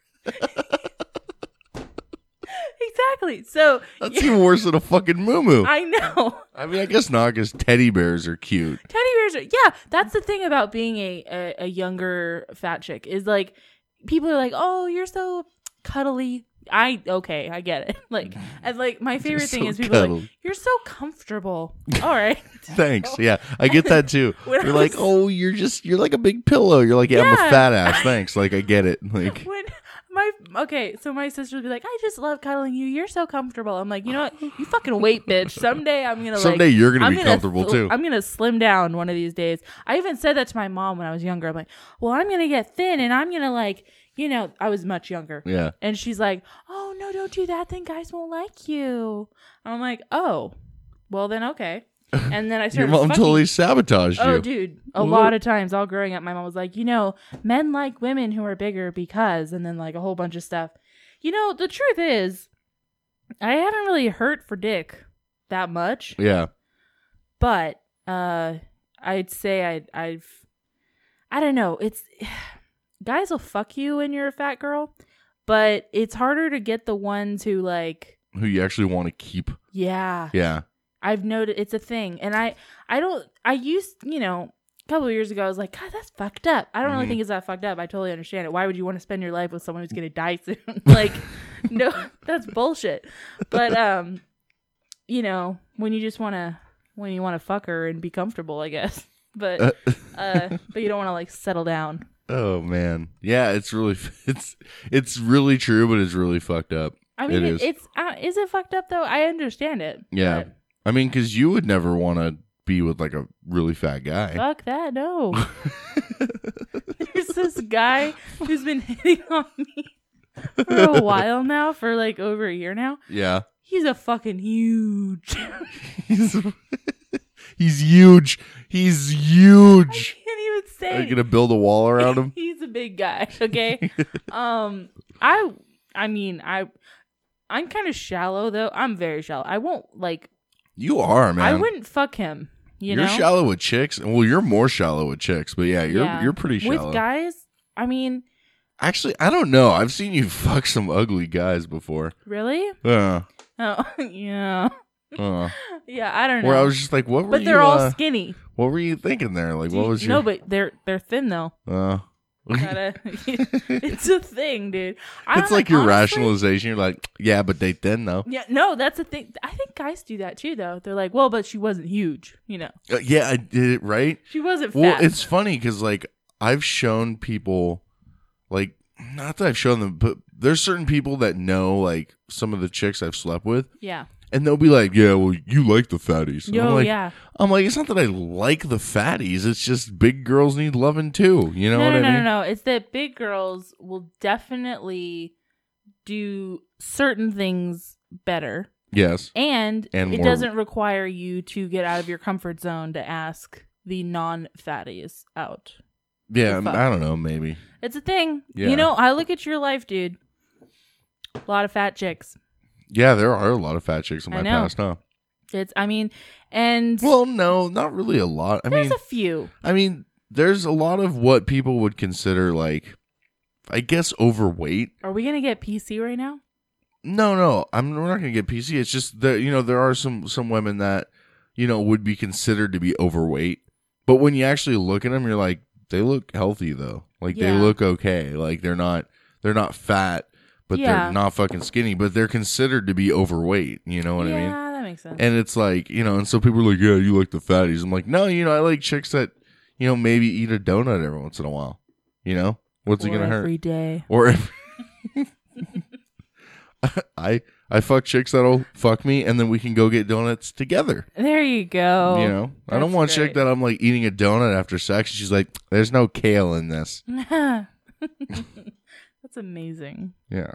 [SPEAKER 5] exactly. So
[SPEAKER 3] That's even worse than a fucking moo moo. I,
[SPEAKER 5] I know.
[SPEAKER 3] mean, I guess not because teddy bears are cute.
[SPEAKER 5] Teddy bears are yeah. That's the thing about being a, a a younger fat chick is like people are like, oh, you're so cuddly. I okay, I get it. Like, and like my favorite
[SPEAKER 3] You're
[SPEAKER 5] thing
[SPEAKER 3] so
[SPEAKER 5] is people are like,
[SPEAKER 3] cuddly.
[SPEAKER 5] you're so comfortable. All right,
[SPEAKER 3] Thanks. Yeah, I get that too.
[SPEAKER 5] When I
[SPEAKER 3] you're like,
[SPEAKER 5] was-
[SPEAKER 3] oh, you're just, you're like a big pillow. You're like, yeah, I'm a
[SPEAKER 5] Yeah.
[SPEAKER 3] fat ass. Thanks. Like, I get it. Like,
[SPEAKER 5] when my okay, so my sister would be like, I just love cuddling you. You're so comfortable. I'm like, you know what? You fucking wait, bitch. Someday I'm gonna
[SPEAKER 3] someday
[SPEAKER 5] like,
[SPEAKER 3] you're gonna
[SPEAKER 5] I'm
[SPEAKER 3] be comfortable
[SPEAKER 5] sl-
[SPEAKER 3] too.
[SPEAKER 5] I'm gonna slim down one of these days. I even said that to my mom when I was younger. I'm like, well, I'm gonna get thin, and I'm gonna like, you know, I was much younger.
[SPEAKER 3] yeah.
[SPEAKER 5] And she's like, "Oh no, don't do that. Then guys won't like you." And I'm like, "Oh, well then okay." And then I
[SPEAKER 3] Your
[SPEAKER 5] started.
[SPEAKER 3] mom
[SPEAKER 5] fucking-
[SPEAKER 3] totally sabotaged
[SPEAKER 5] Oh,
[SPEAKER 3] you.
[SPEAKER 5] dude, a
[SPEAKER 3] Whoa.
[SPEAKER 5] lot of times, all growing up, my mom was like, "You know, men like women who are bigger because," and then like a whole bunch of stuff. You know, the truth is, I haven't really hurt for dick that much,
[SPEAKER 3] Yeah.
[SPEAKER 5] but uh, I'd say I, I've, I don't know. It's guys will fuck you when you're a fat girl, but it's harder to get the ones who like,
[SPEAKER 3] Who you actually want to keep.
[SPEAKER 5] yeah,
[SPEAKER 3] Yeah.
[SPEAKER 5] I've noticed it's a thing, and I I don't I used you know a couple of years ago I was like God that's fucked up. I don't really
[SPEAKER 3] Mhm.
[SPEAKER 5] think it's that fucked up. I totally understand it. Why would you want to spend your life with someone who's gonna die soon? like no, that's bullshit. But um, you know when you just want to when you want to fuck her and be comfortable, I guess. But uh, but you don't want to like settle down.
[SPEAKER 3] Oh man, yeah, it's really it's it's really true, but it's really fucked up.
[SPEAKER 5] I
[SPEAKER 3] It
[SPEAKER 5] mean, it
[SPEAKER 3] is.
[SPEAKER 5] it's uh, is it fucked up though? I understand it.
[SPEAKER 3] Yeah,
[SPEAKER 5] but
[SPEAKER 3] I mean, because you would never want to be with like a really fat guy.
[SPEAKER 5] Fuck that, no. There's this guy who's been hitting on me for a while now, for like over a year now.
[SPEAKER 3] yeah,
[SPEAKER 5] He's a fucking huge.
[SPEAKER 3] he's he's huge. He's huge.
[SPEAKER 5] Can't even
[SPEAKER 3] Are you
[SPEAKER 5] say.
[SPEAKER 3] gonna build a wall around him?
[SPEAKER 5] He's a big guy, okay? um I I mean, I I'm kind of shallow though. I'm very shallow. I won't like
[SPEAKER 3] You are man.
[SPEAKER 5] I wouldn't fuck him, you
[SPEAKER 3] are
[SPEAKER 5] know.
[SPEAKER 3] shallow with chicks. Well, you're more shallow with chicks, but yeah, you're
[SPEAKER 5] Yeah.
[SPEAKER 3] you're pretty shallow.
[SPEAKER 5] With guys, I mean,
[SPEAKER 3] Actually, I don't know. I've seen you fuck some ugly guys before.
[SPEAKER 5] really?
[SPEAKER 3] Uh,
[SPEAKER 5] Oh, yeah.
[SPEAKER 3] uh.
[SPEAKER 5] Yeah, I don't know.
[SPEAKER 3] Where I was just like, what were
[SPEAKER 5] but
[SPEAKER 3] you?
[SPEAKER 5] they're all
[SPEAKER 3] uh,
[SPEAKER 5] skinny.
[SPEAKER 3] what were you thinking there? Like,
[SPEAKER 5] Do
[SPEAKER 3] what
[SPEAKER 5] you-
[SPEAKER 3] was your?
[SPEAKER 5] no, but they're they're thin though.
[SPEAKER 3] Uh,
[SPEAKER 5] Gotta- it's a thing, dude. I
[SPEAKER 3] it's
[SPEAKER 5] don't-
[SPEAKER 3] like your
[SPEAKER 5] honestly-
[SPEAKER 3] rationalization. You're like, yeah, but they thin though.
[SPEAKER 5] Yeah, no, that's a thing. I think guys do that too, though. They're like, well, but she wasn't huge, you know.
[SPEAKER 3] Uh, yeah, I did it right.
[SPEAKER 5] She wasn't fat.
[SPEAKER 3] Well, it's funny because like I've shown people, like not that I've shown them, but there's certain people that know like some of the chicks I've slept with,
[SPEAKER 5] yeah,
[SPEAKER 3] and they'll be like, "Yeah, well, you like the fatties." And I'm
[SPEAKER 5] Yo,
[SPEAKER 3] like,
[SPEAKER 5] yeah.
[SPEAKER 3] I'm like, it's not that I like the fatties. It's just big girls need loving too. You know
[SPEAKER 5] no,
[SPEAKER 3] what
[SPEAKER 5] no,
[SPEAKER 3] I
[SPEAKER 5] no,
[SPEAKER 3] mean?
[SPEAKER 5] no, no. It's that big girls will definitely do certain things better,
[SPEAKER 3] Yes.
[SPEAKER 5] and,
[SPEAKER 3] And
[SPEAKER 5] it
[SPEAKER 3] more-
[SPEAKER 5] doesn't require you to get out of your comfort zone to ask the non-fatties out.
[SPEAKER 3] Yeah,
[SPEAKER 5] The fuck.
[SPEAKER 3] I don't know. Maybe.
[SPEAKER 5] It's a thing.
[SPEAKER 3] Yeah.
[SPEAKER 5] You know, I look at your life, dude. A lot of fat chicks.
[SPEAKER 3] Yeah, there are a lot of fat chicks in
[SPEAKER 5] I
[SPEAKER 3] my
[SPEAKER 5] know.
[SPEAKER 3] past, huh?
[SPEAKER 5] It's, I mean, and
[SPEAKER 3] Well, no, not really a lot. I
[SPEAKER 5] there's
[SPEAKER 3] mean,
[SPEAKER 5] a few.
[SPEAKER 3] I mean, there's a lot of what people would consider like, I guess, overweight.
[SPEAKER 5] Are we gonna get PC right now?
[SPEAKER 3] No, no, I'm we're not gonna get PC. It's just that you know there are some some women that you know would be considered to be overweight, but when you actually look at them, you're like they look healthy though. Like they
[SPEAKER 5] Yeah.
[SPEAKER 3] look okay. Like they're not they're not fat, but
[SPEAKER 5] Yeah.
[SPEAKER 3] they're not fucking skinny. But they're considered to be overweight. You know what
[SPEAKER 5] yeah,
[SPEAKER 3] I mean?
[SPEAKER 5] that makes sense.
[SPEAKER 3] And it's like you know, and so people are like, yeah, you like the fatties. I'm like, no, you know, I like chicks that you know maybe eat a donut every once in a while. You know, what's it
[SPEAKER 5] Or
[SPEAKER 3] gonna hurt?
[SPEAKER 5] Every day.
[SPEAKER 3] or if I I fuck chicks that'll fuck me, and then we can go get donuts together.
[SPEAKER 5] There you go.
[SPEAKER 3] you know, I don't
[SPEAKER 5] Oh, that's
[SPEAKER 3] want a chick
[SPEAKER 5] great.
[SPEAKER 3] that I'm like eating a donut after sex. She's like, "There's no kale in this."
[SPEAKER 5] That's amazing.
[SPEAKER 3] Yeah,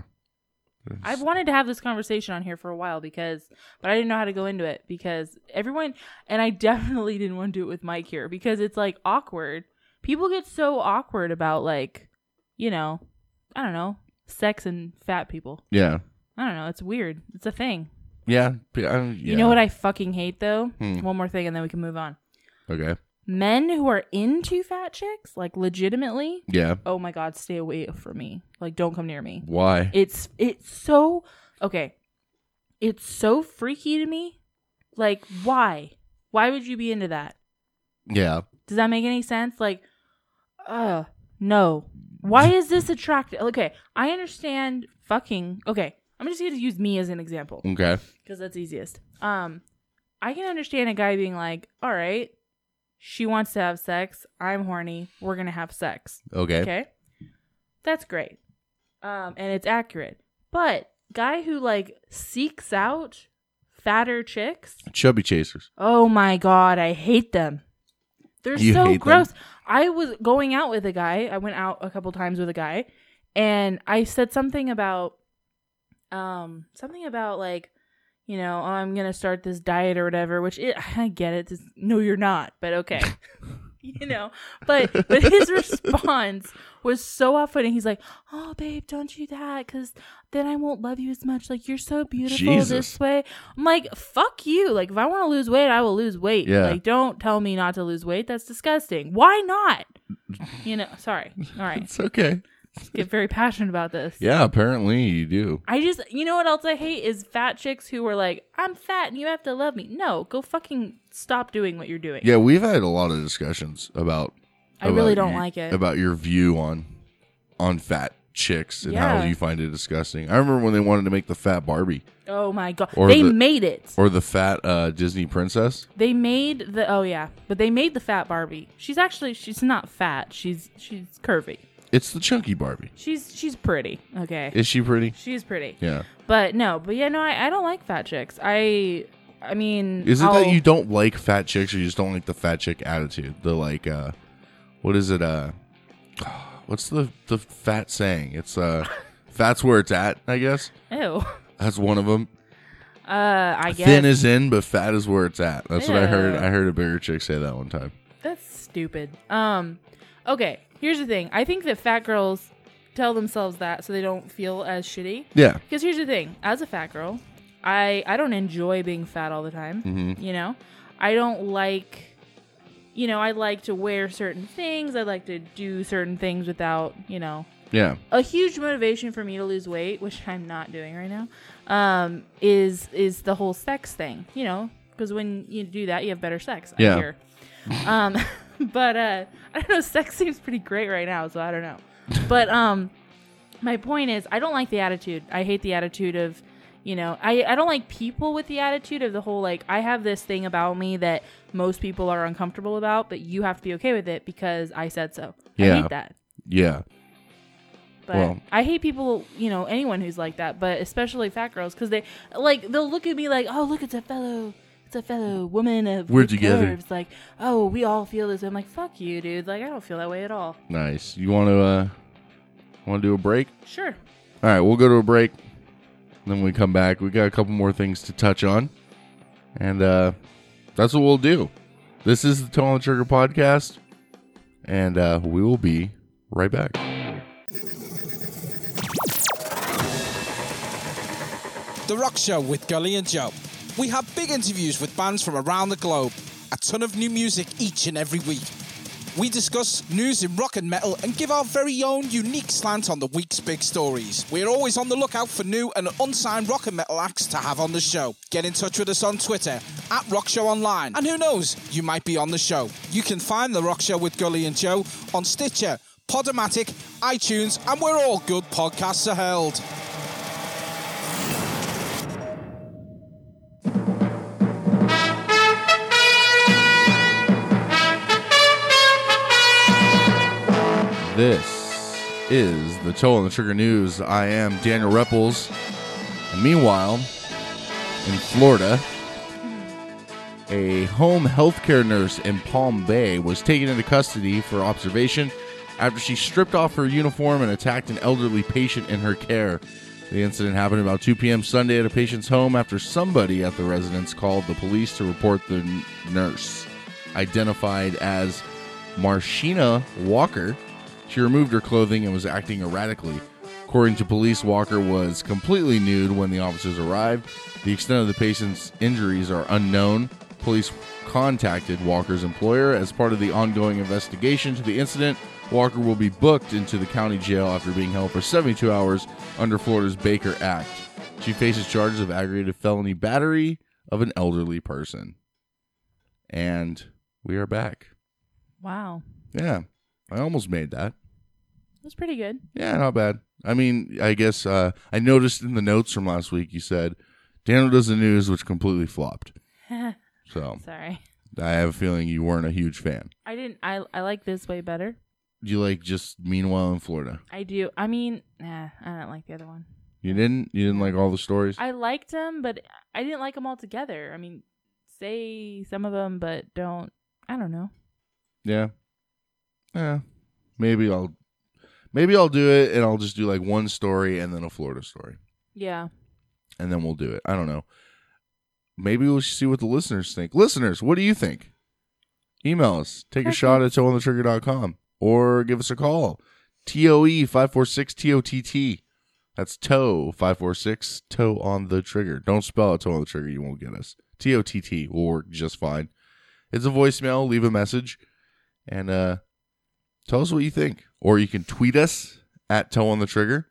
[SPEAKER 5] I've wanted to have this conversation on here for a while because, but I didn't know how to go into it because everyone, and I definitely didn't want to do it with Mike here because it's like awkward. People get so awkward about like, you know, I don't know, sex and fat people.
[SPEAKER 3] yeah,
[SPEAKER 5] I don't know. It's weird. It's a thing.
[SPEAKER 3] yeah. P- I don't- yeah.
[SPEAKER 5] You know what I fucking hate though?
[SPEAKER 3] Hmm.
[SPEAKER 5] One more thing and then we can move on.
[SPEAKER 3] Okay.
[SPEAKER 5] Men who are into fat chicks, like legitimately,
[SPEAKER 3] Yeah.
[SPEAKER 5] oh my god, stay away from me. Like don't come near me.
[SPEAKER 3] Why?
[SPEAKER 5] It's it's so okay. It's so freaky to me. Like why? Why would you be into that?
[SPEAKER 3] Yeah.
[SPEAKER 5] Does that make any sense? Like uh no. Why is this attractive? Okay, I understand fucking. Okay, I'm just going to use me as an example
[SPEAKER 3] Okay.
[SPEAKER 5] because that's easiest. Um, I can understand a guy being like, "All right, she wants to have sex. I'm horny. We're gonna have sex."
[SPEAKER 3] Okay.
[SPEAKER 5] Okay, that's great, um, and it's accurate. But guy who like seeks out fatter chicks,
[SPEAKER 3] Chubby chasers.
[SPEAKER 5] oh my god, I hate them. They're
[SPEAKER 3] You hate
[SPEAKER 5] so
[SPEAKER 3] them?
[SPEAKER 5] gross. I was going out with a guy. I went out a couple times with a guy, and I said something about, um, something about like, you know, oh, I'm gonna start this diet or whatever. Which it, I get it. This, no, you're not. But okay, you know. But but his response was so off-putting. He's like, "Oh, babe, don't do that, because then I won't love you as much. Like you're so beautiful
[SPEAKER 3] Jesus.
[SPEAKER 5] this way." I'm like, "Fuck you!" Like if I want to lose weight, I will lose weight.
[SPEAKER 3] Yeah.
[SPEAKER 5] Like don't tell me not to lose weight. That's disgusting. Why not? You know. Sorry. All right.
[SPEAKER 3] It's okay.
[SPEAKER 5] Get very passionate about this.
[SPEAKER 3] Yeah. Apparently you do.
[SPEAKER 5] I just, you know what else I hate is fat chicks who are like, "I'm fat and you have to love me." No, go fucking stop doing what you're doing.
[SPEAKER 3] Yeah. We've had a lot of discussions about.
[SPEAKER 5] I really
[SPEAKER 3] about
[SPEAKER 5] don't
[SPEAKER 3] you-
[SPEAKER 5] like it.
[SPEAKER 3] about your view on on fat chicks and how
[SPEAKER 5] Yeah.
[SPEAKER 3] you find it disgusting. I remember when they wanted to make the fat Barbie
[SPEAKER 5] oh my god,
[SPEAKER 3] Or
[SPEAKER 5] they
[SPEAKER 3] the-
[SPEAKER 5] made it.
[SPEAKER 3] or the fat uh, Disney princess.
[SPEAKER 5] They made the oh yeah, but they made the fat Barbie. She's actually she's not fat. She's she's curvy.
[SPEAKER 3] It's the chunky Barbie.
[SPEAKER 5] She's she's pretty. Okay.
[SPEAKER 3] Is she pretty?
[SPEAKER 5] she's pretty.
[SPEAKER 3] Yeah.
[SPEAKER 5] But no, but yeah, no, I, I don't like fat chicks. I I mean
[SPEAKER 3] Is it
[SPEAKER 5] I'll-
[SPEAKER 3] that you don't like fat chicks or you just don't like the fat chick attitude? The like uh what is it uh what's the the fat saying? It's uh fat's where it's at, I guess.
[SPEAKER 5] ew.
[SPEAKER 3] That's one of them.
[SPEAKER 5] Uh I guess
[SPEAKER 3] Thin is in, but fat is where it's at. That's what I heard.
[SPEAKER 5] Ew.
[SPEAKER 3] I heard a bigger chick say that one time.
[SPEAKER 5] That's stupid. Um, okay. Here's the thing. I think that fat girls tell themselves that so they don't feel as shitty.
[SPEAKER 3] Yeah.
[SPEAKER 5] Because here's the thing. As a fat girl, I I don't enjoy being fat all the time.
[SPEAKER 3] Mhm.
[SPEAKER 5] You know, I don't like. You know, I like to wear certain things. I like to do certain things without, you know,
[SPEAKER 3] Yeah.
[SPEAKER 5] a huge motivation for me to lose weight, which I'm not doing right now, um, is is the whole sex thing. You know, because when you do that, you have better sex. I
[SPEAKER 3] Yeah.
[SPEAKER 5] hear. Um, but uh, I don't know. Sex seems pretty great right now, so I don't know. But um, my point is, I don't like the attitude. I hate the attitude of, you know, I I don't like people with the attitude of the whole like I have this thing about me that most people are uncomfortable about, but you have to be okay with it because I said so. I
[SPEAKER 3] Yeah.
[SPEAKER 5] hate that.
[SPEAKER 3] Yeah.
[SPEAKER 5] But
[SPEAKER 3] Well-
[SPEAKER 5] I hate people, you know, anyone who's like that, but especially fat girls because they like they'll look at me like, oh, look, it's a fellow, it's a fellow woman of
[SPEAKER 3] We're
[SPEAKER 5] with
[SPEAKER 3] together."
[SPEAKER 5] Curves. Like, oh, we all feel this. I'm like, fuck you, dude. Like, I don't feel that way at all.
[SPEAKER 3] Nice. You want to uh, want to do a break?
[SPEAKER 5] Sure.
[SPEAKER 3] All right, we'll go to a break. Then when we come back, we got a couple more things to touch on, and uh, that's what we'll do. This is the Tone on the Trigger podcast, and uh, we will be right back.
[SPEAKER 6] The Rock Show with Gully and Joe. We have big interviews with bands from around the globe, a ton of new music each and every week. We discuss news in rock and metal and give our very own unique slant on the week's big stories. We're always on the lookout for new and unsigned rock and metal acts to have on the show. Get in touch with us on Twitter at Rock Show Online, and who knows, you might be on the show. You can find The Rock Show with Gully and Joe on Stitcher, Podomatic, iTunes, and where all good podcasts are held.
[SPEAKER 3] This is the Toe on the Trigger News. I am Daniel Repples. And meanwhile, in Florida, a home healthcare nurse in Palm Bay was taken into custody for observation after she stripped off her uniform and attacked an elderly patient in her care. The incident happened about 2 p.m. Sunday at a patient's home after somebody at the residence called the police to report the n- nurse, identified as Marshina Walker. She removed her clothing and was acting erratically. According to police, Walker was completely nude when the officers arrived. The extent of the patient's injuries are unknown. Police contacted Walker's employer as part of the ongoing investigation to the incident. Walker will be booked into the county jail after being held for 72 hours under Florida's Baker Act. She faces charges of aggravated felony battery of an elderly person. And we are back.
[SPEAKER 5] Wow,
[SPEAKER 3] Yeah, I almost made that.
[SPEAKER 5] that's pretty good.
[SPEAKER 3] Yeah, not bad. I mean, I guess uh, I noticed in the notes from last week you said Daniel does the news, which completely flopped. so
[SPEAKER 5] Sorry,
[SPEAKER 3] I have a feeling you weren't a huge fan.
[SPEAKER 5] I didn't. I I like this way better.
[SPEAKER 3] You like just Meanwhile in Florida.
[SPEAKER 5] I do. I mean, nah, I don't like the other one.
[SPEAKER 3] You didn't. You didn't like all the stories.
[SPEAKER 5] I liked them, but I didn't like them all together. I mean, say some of them, but don't. I don't know.
[SPEAKER 3] yeah. Yeah. Maybe I'll. Maybe I'll do it, and I'll just do like one story and then a Florida story,
[SPEAKER 5] Yeah.
[SPEAKER 3] and then we'll do it. I don't know. Maybe we'll see what the listeners think. Listeners, what do you think? Email us. Take a shot at toeonthetrigger.com or give us a call. E TOE 546 TOTT. That's toe 546 toe on the trigger. Don't spell it toe on the trigger. You won't get us. TOTT will work just fine. It's a voicemail. Leave a message and uh, tell us what you think. Or you can tweet us at toe on the trigger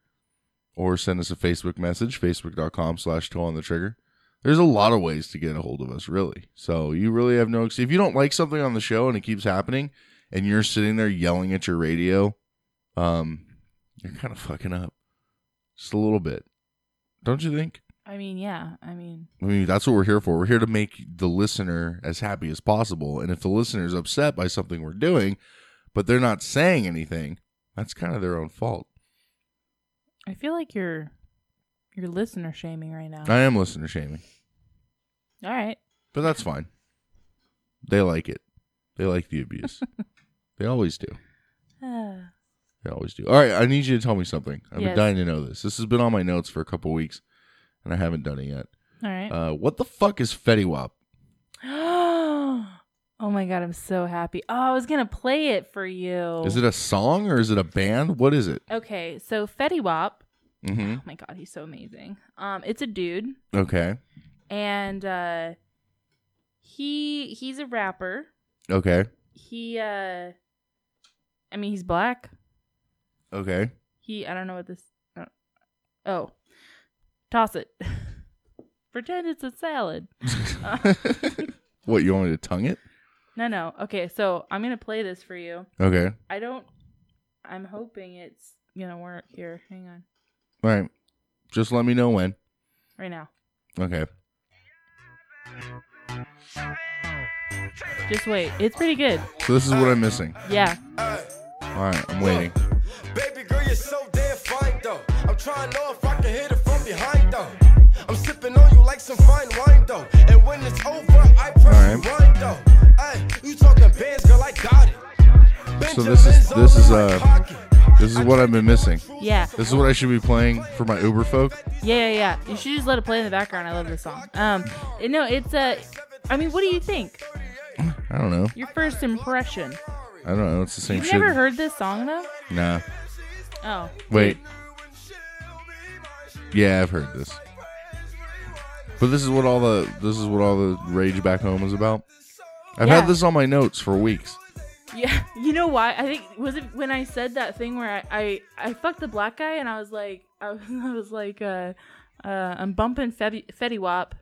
[SPEAKER 3] or send us a Facebook message, facebook.com slash toe on the trigger. There's a lot of ways to get a hold of us, really. So you really have no excuse. If you don't like something on the show and it keeps happening and you're sitting there yelling at your radio, um, you're kind of fucking up just a little bit. Don't you think?
[SPEAKER 5] I mean, yeah. I mean,
[SPEAKER 3] I mean, that's what we're here for. We're here to make the listener as happy as possible. And if the listener's upset by something we're doing, but they're not saying anything, that's kind of their own fault.
[SPEAKER 5] I feel like you're you're listener shaming right now.
[SPEAKER 3] I am listener shaming.
[SPEAKER 5] all right.
[SPEAKER 3] But that's fine. They like it. They like the abuse. they always do.
[SPEAKER 5] Uh,
[SPEAKER 3] They always do. All right, I need you to tell me something. I've been
[SPEAKER 5] Yes.
[SPEAKER 3] dying to know this. This has been on my notes for a couple weeks, and I haven't done it yet.
[SPEAKER 5] all right.
[SPEAKER 3] Uh, what the fuck is Fetty Wap?
[SPEAKER 5] oh my god, I'm so happy. Oh, I was gonna play it for you.
[SPEAKER 3] Is it a song or is it a band? What is it?
[SPEAKER 5] okay, so Fetty Wap.
[SPEAKER 3] Mm-hmm.
[SPEAKER 5] Oh my god, he's so amazing. Um, it's a dude,
[SPEAKER 3] Okay.
[SPEAKER 5] and uh, he he's a rapper.
[SPEAKER 3] Okay.
[SPEAKER 5] He uh, I mean, he's black.
[SPEAKER 3] Okay.
[SPEAKER 5] He I don't know what this. I don't- Oh, toss it. Pretend it's a salad. Uh,
[SPEAKER 3] What you want me to tongue it?
[SPEAKER 5] no, no. Okay, so I'm gonna play this for you.
[SPEAKER 3] Okay.
[SPEAKER 5] I don't. I'm hoping it's gonna work here. Hang on,
[SPEAKER 3] All right. Just let me know when.
[SPEAKER 5] right now.
[SPEAKER 3] Okay.
[SPEAKER 5] Just wait. It's pretty good.
[SPEAKER 3] So this is what I'm missing.
[SPEAKER 5] Yeah.
[SPEAKER 3] All right. I'm waiting.
[SPEAKER 7] Baby girl, you're so damn fine. Try and know if I can hit it from behind though. I'm sipping on you like some fine wine though. And when it's over, I press
[SPEAKER 3] Alright.
[SPEAKER 7] rewind though. Ay, you talking bands, girl, I got it.
[SPEAKER 3] So this is this is uh
[SPEAKER 7] uh
[SPEAKER 3] this is what I've been missing.
[SPEAKER 5] Yeah.
[SPEAKER 3] This is what I should be playing for my Uber folk.
[SPEAKER 5] Yeah, yeah, yeah. You should just let it play in the background. I love this song. Um, no, it's a. I mean, what do you think?
[SPEAKER 3] I don't know.
[SPEAKER 5] Your first impression.
[SPEAKER 3] I don't know. It's the same
[SPEAKER 5] You've
[SPEAKER 3] shit.
[SPEAKER 5] never heard this song though.
[SPEAKER 3] Nah.
[SPEAKER 5] Oh,
[SPEAKER 3] Wait. Yeah, I've heard this. But this is what all the this is what all the rage back home is about. I've
[SPEAKER 5] Yeah.
[SPEAKER 3] had this on my notes for weeks.
[SPEAKER 5] yeah. You know why? I think was it when I said that thing where I I, I fucked the black guy and I was like I was, I was like uh, uh I'm bumping Fetty, Fetty Wap,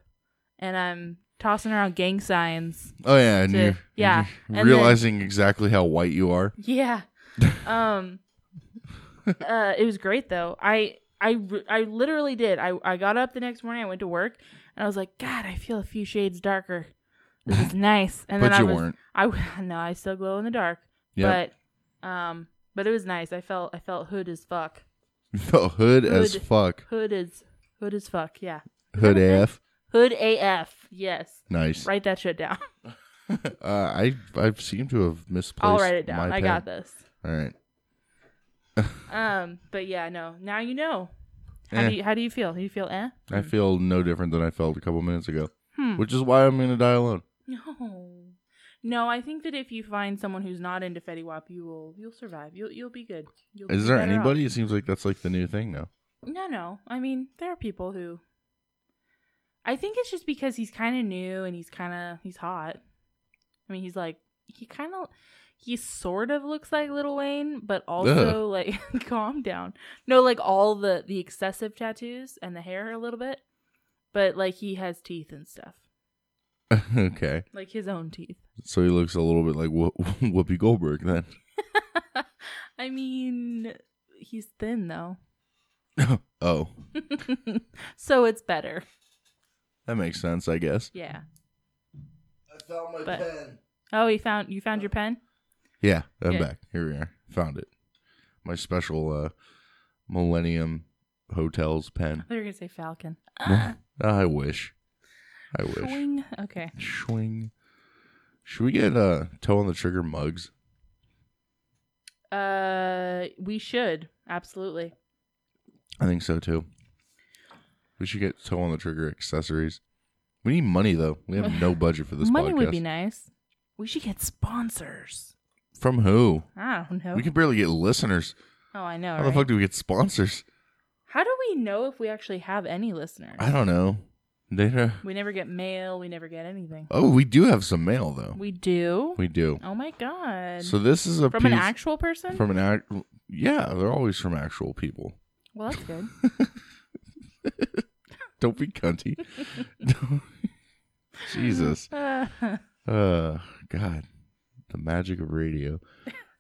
[SPEAKER 5] and I'm tossing around gang signs.
[SPEAKER 3] Oh yeah, and
[SPEAKER 5] To-
[SPEAKER 3] you
[SPEAKER 5] yeah, and then-
[SPEAKER 3] realizing exactly how white you are.
[SPEAKER 5] Yeah. Um uh it was great though. I I re- I literally did. I I got up the next morning, I went to work, and I was like, "God, I feel a few shades darker. This is nice." And
[SPEAKER 3] But
[SPEAKER 5] then I
[SPEAKER 3] you
[SPEAKER 5] was,
[SPEAKER 3] weren't.
[SPEAKER 5] I no, I still glow in the dark.
[SPEAKER 3] Yep.
[SPEAKER 5] But um but it was nice. I felt I felt hood as fuck.
[SPEAKER 3] You felt hood, as
[SPEAKER 5] Hood.
[SPEAKER 3] fuck.
[SPEAKER 5] Hood is hood as fuck. Yeah.
[SPEAKER 3] Hood AF.
[SPEAKER 5] Hood AF. Yes.
[SPEAKER 3] Nice.
[SPEAKER 5] Write that shit down.
[SPEAKER 3] Uh, I I seem to have misplaced.
[SPEAKER 5] I'll write it down.
[SPEAKER 3] my
[SPEAKER 5] I got
[SPEAKER 3] pen.
[SPEAKER 5] this.
[SPEAKER 3] All right.
[SPEAKER 5] Um but yeah, no. Now you know. How
[SPEAKER 3] Eh.
[SPEAKER 5] do you how do you feel? Do you feel eh?
[SPEAKER 3] I feel no different than I felt a couple minutes ago,
[SPEAKER 5] Hmm.
[SPEAKER 3] which is why I'm gonna die alone.
[SPEAKER 5] No. No, I think that if you find someone who's not into Fetty Wap, you will you'll survive. You'll you'll be good. You'll
[SPEAKER 3] Is
[SPEAKER 5] be
[SPEAKER 3] there
[SPEAKER 5] better off.
[SPEAKER 3] anybody? It seems like that's like the new thing now.
[SPEAKER 5] No, no. I mean, there are people who I think it's just because he's kind of new and he's kind of he's hot. I mean, he's like he kind of he sort of looks like Little Wayne, but also like calm down. No, like all the the excessive tattoos and the hair a little bit, but like he has teeth and stuff.
[SPEAKER 3] okay,
[SPEAKER 5] Like his own teeth.
[SPEAKER 3] so he looks a little bit like Who- Whoopi Goldberg then.
[SPEAKER 5] I mean, he's thin though,
[SPEAKER 3] Oh,
[SPEAKER 5] so it's better.
[SPEAKER 3] that makes sense, I guess.
[SPEAKER 5] Yeah.
[SPEAKER 7] I found my
[SPEAKER 5] But- Oh, you found you found your pen.
[SPEAKER 3] Yeah, I'm
[SPEAKER 5] Yeah.
[SPEAKER 3] back. Here we are. Found it. My special uh, Millennium Hotels pen. Ah,
[SPEAKER 5] I thought you were gonna say falcon.
[SPEAKER 3] I wish. I wish.
[SPEAKER 5] Ah. Swing. Okay.
[SPEAKER 3] Swing. Should we get uh, toe on the trigger mugs?
[SPEAKER 5] Uh, we should absolutely.
[SPEAKER 3] I think so too. We should get toe on the trigger accessories. We need money though. We have no budget for this
[SPEAKER 5] Money
[SPEAKER 3] podcast.
[SPEAKER 5] would be nice. We should get sponsors.
[SPEAKER 3] From who?
[SPEAKER 5] I don't know.
[SPEAKER 3] We can barely get listeners.
[SPEAKER 5] oh, I
[SPEAKER 3] How
[SPEAKER 5] know. Oh. right?
[SPEAKER 3] the fuck do we get sponsors?
[SPEAKER 5] How do we know if we actually have any listeners?
[SPEAKER 3] I don't know. They don't...
[SPEAKER 5] We never get mail. We never get anything.
[SPEAKER 3] Oh, we do have some mail though. We,
[SPEAKER 5] We do.
[SPEAKER 3] do.
[SPEAKER 5] oh my god.
[SPEAKER 3] So this is a
[SPEAKER 5] from an
[SPEAKER 3] piece-
[SPEAKER 5] actual person.
[SPEAKER 3] from an act. Yeah, they're always from actual people.
[SPEAKER 5] well, that's good.
[SPEAKER 3] Don't be cunty. Jesus.
[SPEAKER 5] Uh,
[SPEAKER 3] Uh, God, the magic of radio.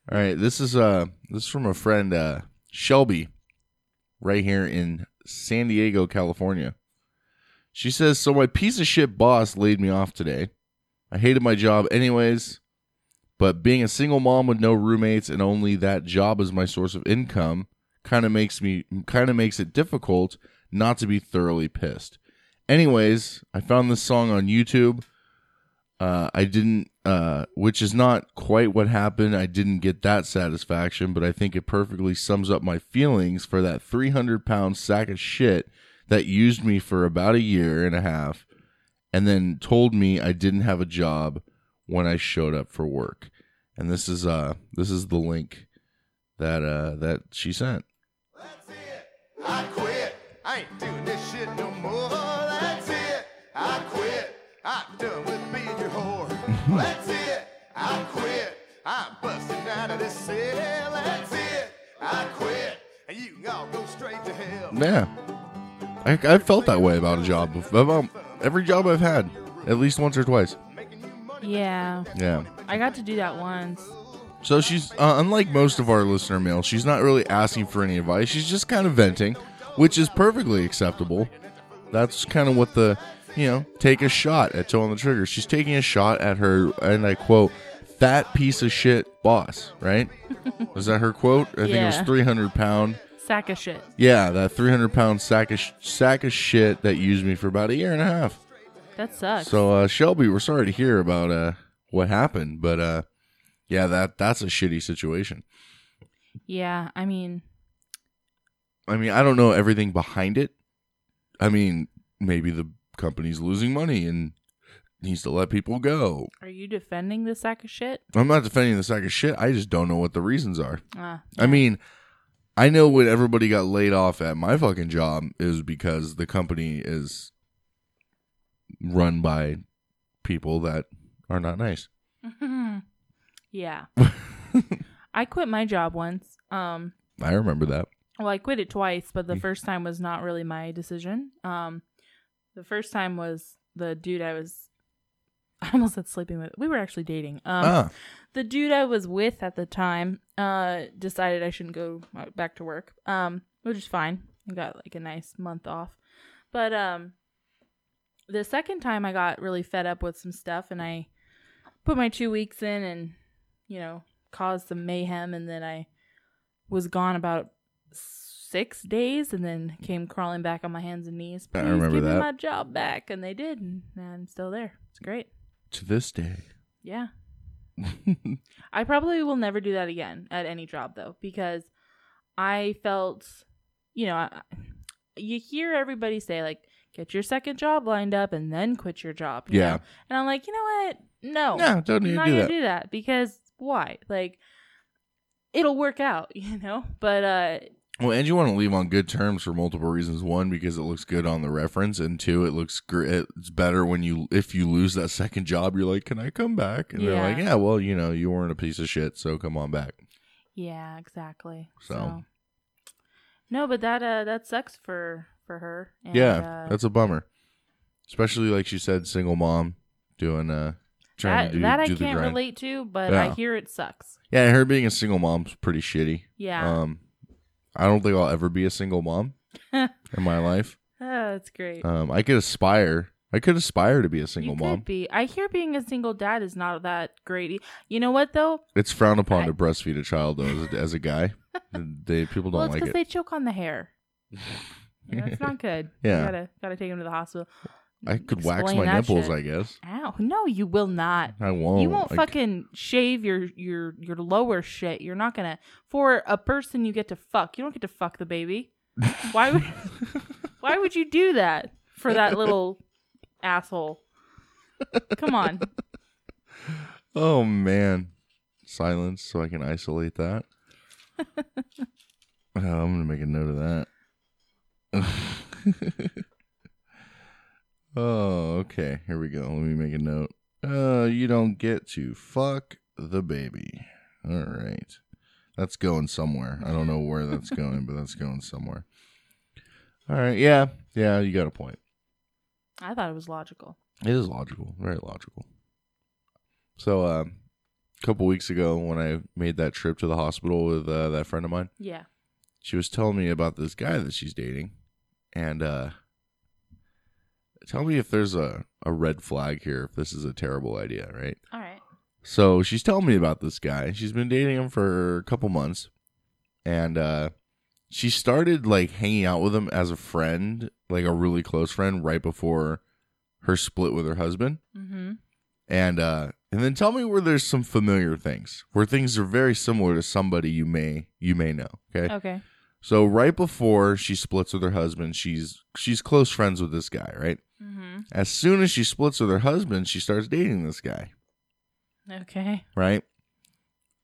[SPEAKER 3] All right, this is uh, this is from a friend, uh, Shelby, right here in San Diego, California. She says, "So my piece of shit boss laid me off today. I hated my job anyways, but being a single mom with no roommates and only that job as my source of income kind of makes me kind of makes it difficult not to be thoroughly pissed. Anyways, I found this song on YouTube." Uh, I didn't, uh, which is not quite what happened. I didn't get that satisfaction, but I think it perfectly sums up my feelings for that 300 pound sack of shit that used me for about a year and a half and then told me I didn't have a job when I showed up for work. And this is, uh, this is the link that, uh, that she sent.
[SPEAKER 7] That's it. I quit. I ain't doing this shit no more. That's it. I quit. I'm done with being your whore. That's it. I quit. I'm busting out of this cell. That's it. I quit. And you can all go straight to hell.
[SPEAKER 3] Yeah. I, I felt that way about a job, about every job I've had, at least once or twice.
[SPEAKER 5] yeah.
[SPEAKER 3] Yeah.
[SPEAKER 5] I got to do that once.
[SPEAKER 3] So she's uh, unlike most of our listener mail, she's not really asking for any advice. She's just kind of venting, which is perfectly acceptable. That's kind of what the you know take a shot at toe on the trigger. She's taking a shot at her, and I quote, "That piece of shit boss." Right? was that her quote? I think it
[SPEAKER 5] Yeah.
[SPEAKER 3] was three hundred pound
[SPEAKER 5] sack of shit.
[SPEAKER 3] Yeah, that 300 pound sack of, sh- sack of shit that used me for about a year and a half.
[SPEAKER 5] That sucks.
[SPEAKER 3] So uh, Shelby, we're sorry to hear about uh, what happened, but uh, yeah, that that's a shitty situation.
[SPEAKER 5] yeah, I mean,
[SPEAKER 3] I mean, I don't know everything behind it. I mean, maybe the company's losing money and needs to let people go.
[SPEAKER 5] are you defending the sack of shit?
[SPEAKER 3] I'm not defending the sack of shit. I just don't know what the reasons are.
[SPEAKER 5] Ah,
[SPEAKER 3] I mean, I know when everybody got laid off at my fucking job is because the company is run by people that are not nice.
[SPEAKER 5] yeah. I quit my job once. Um,
[SPEAKER 3] I remember that.
[SPEAKER 5] well, I quit it twice, but
[SPEAKER 3] Mm.
[SPEAKER 5] the first time was not really my decision. Um, the first time was the dude I was. I almost said sleeping with. We were actually dating. Um,
[SPEAKER 3] ah,
[SPEAKER 5] the dude I was with at the time uh decided I shouldn't go uh, back to work. Um which is fine. I got like a nice month off. But um the second time I got really fed up with some stuff and I put my 2 weeks in and you know caused some mayhem and then I was gone about 6 days and then came crawling back on my hands and knees.
[SPEAKER 3] I
[SPEAKER 5] Please
[SPEAKER 3] remember
[SPEAKER 5] give
[SPEAKER 3] that.
[SPEAKER 5] me my job back and they did and I'm still there. It's great.
[SPEAKER 3] to this day.
[SPEAKER 5] Yeah. I probably will never do that again at any job though because I felt, you know, I, you hear everybody say like get your second job lined up and then quit your job. you
[SPEAKER 3] Yeah.
[SPEAKER 5] know? And I'm like, you know what? No.
[SPEAKER 3] No, don't need to
[SPEAKER 5] I'm not
[SPEAKER 3] do
[SPEAKER 5] gonna
[SPEAKER 3] that.
[SPEAKER 5] do that because why? Like it'll work out, you know? But uh
[SPEAKER 3] Well, and you want to leave on good terms for multiple reasons. One, because it looks good on the reference, and two, it looks gr- it's better when you if you lose that second job, you're like, "Can I come back?" And they're
[SPEAKER 5] Yeah.
[SPEAKER 3] like, "Yeah, well, you know, you weren't a piece of shit, so come on back."
[SPEAKER 5] yeah, exactly.
[SPEAKER 3] So.
[SPEAKER 5] No, but that uh that sucks for for her. And,
[SPEAKER 3] yeah,
[SPEAKER 5] uh,
[SPEAKER 3] that's a bummer. Especially like she said, single mom doing uh trying
[SPEAKER 5] that,
[SPEAKER 3] to do,
[SPEAKER 5] that I
[SPEAKER 3] do the
[SPEAKER 5] can't
[SPEAKER 3] grind.
[SPEAKER 5] relate to, but I
[SPEAKER 3] Yeah.
[SPEAKER 5] hear it sucks.
[SPEAKER 3] Yeah, her being a single mom's pretty shitty.
[SPEAKER 5] Yeah.
[SPEAKER 3] Um, I don't think I'll ever be a single mom in my life.
[SPEAKER 5] Oh, that's great.
[SPEAKER 3] Um, I could aspire. I could aspire to be a single
[SPEAKER 5] you
[SPEAKER 3] mom.
[SPEAKER 5] could be. I hear being a single dad is not that great. e- You know what though?
[SPEAKER 3] It's frowned upon to breastfeed a child though, as a, as a guy. they people
[SPEAKER 5] well,
[SPEAKER 3] don't
[SPEAKER 5] it's
[SPEAKER 3] like it.
[SPEAKER 5] they choke on the hair. You know, it's not good.
[SPEAKER 3] Yeah.
[SPEAKER 5] You gotta gotta take him to the hospital.
[SPEAKER 3] I could wax
[SPEAKER 5] explain
[SPEAKER 3] my
[SPEAKER 5] that
[SPEAKER 3] nipples,
[SPEAKER 5] shit.
[SPEAKER 3] I guess.
[SPEAKER 5] Ow! No, you will not.
[SPEAKER 3] I won't.
[SPEAKER 5] you won't
[SPEAKER 3] I-
[SPEAKER 5] fucking shave your your your lower shit. You're not gonna for a person you get to fuck. You don't get to fuck the baby. Why would Why would you do that for that little asshole? Come on.
[SPEAKER 3] Oh man, silence so I can isolate that. Oh, I'm gonna make a note of that. oh, okay. Here we go. Let me make a note. Uh, you don't get to fuck the baby. All right, that's going somewhere. I don't know where that's going, but that's going somewhere. All right. Yeah. Yeah. You got a point.
[SPEAKER 5] I thought it was logical.
[SPEAKER 3] It is logical, very logical. So, uh, a couple weeks ago, when I made that trip to the hospital with uh, that friend of mine,
[SPEAKER 5] Yeah.
[SPEAKER 3] she was telling me about this guy that she's dating, and uh, tell me if there's a a red flag here. If this is a terrible idea, right?
[SPEAKER 5] All right.
[SPEAKER 3] So she's telling me about this guy. She's been dating him for a couple months, and uh, she started like hanging out with him as a friend, like a really close friend, right before her split with her husband
[SPEAKER 5] Mm-hmm.
[SPEAKER 3] and uh and then tell me where there's some familiar things where things are very similar to somebody you may you may know okay
[SPEAKER 5] Okay.
[SPEAKER 3] so right before she splits with her husband she's she's close friends with this guy right
[SPEAKER 5] Mm-hmm.
[SPEAKER 3] as soon as she splits with her husband she starts dating this guy
[SPEAKER 5] Okay.
[SPEAKER 3] right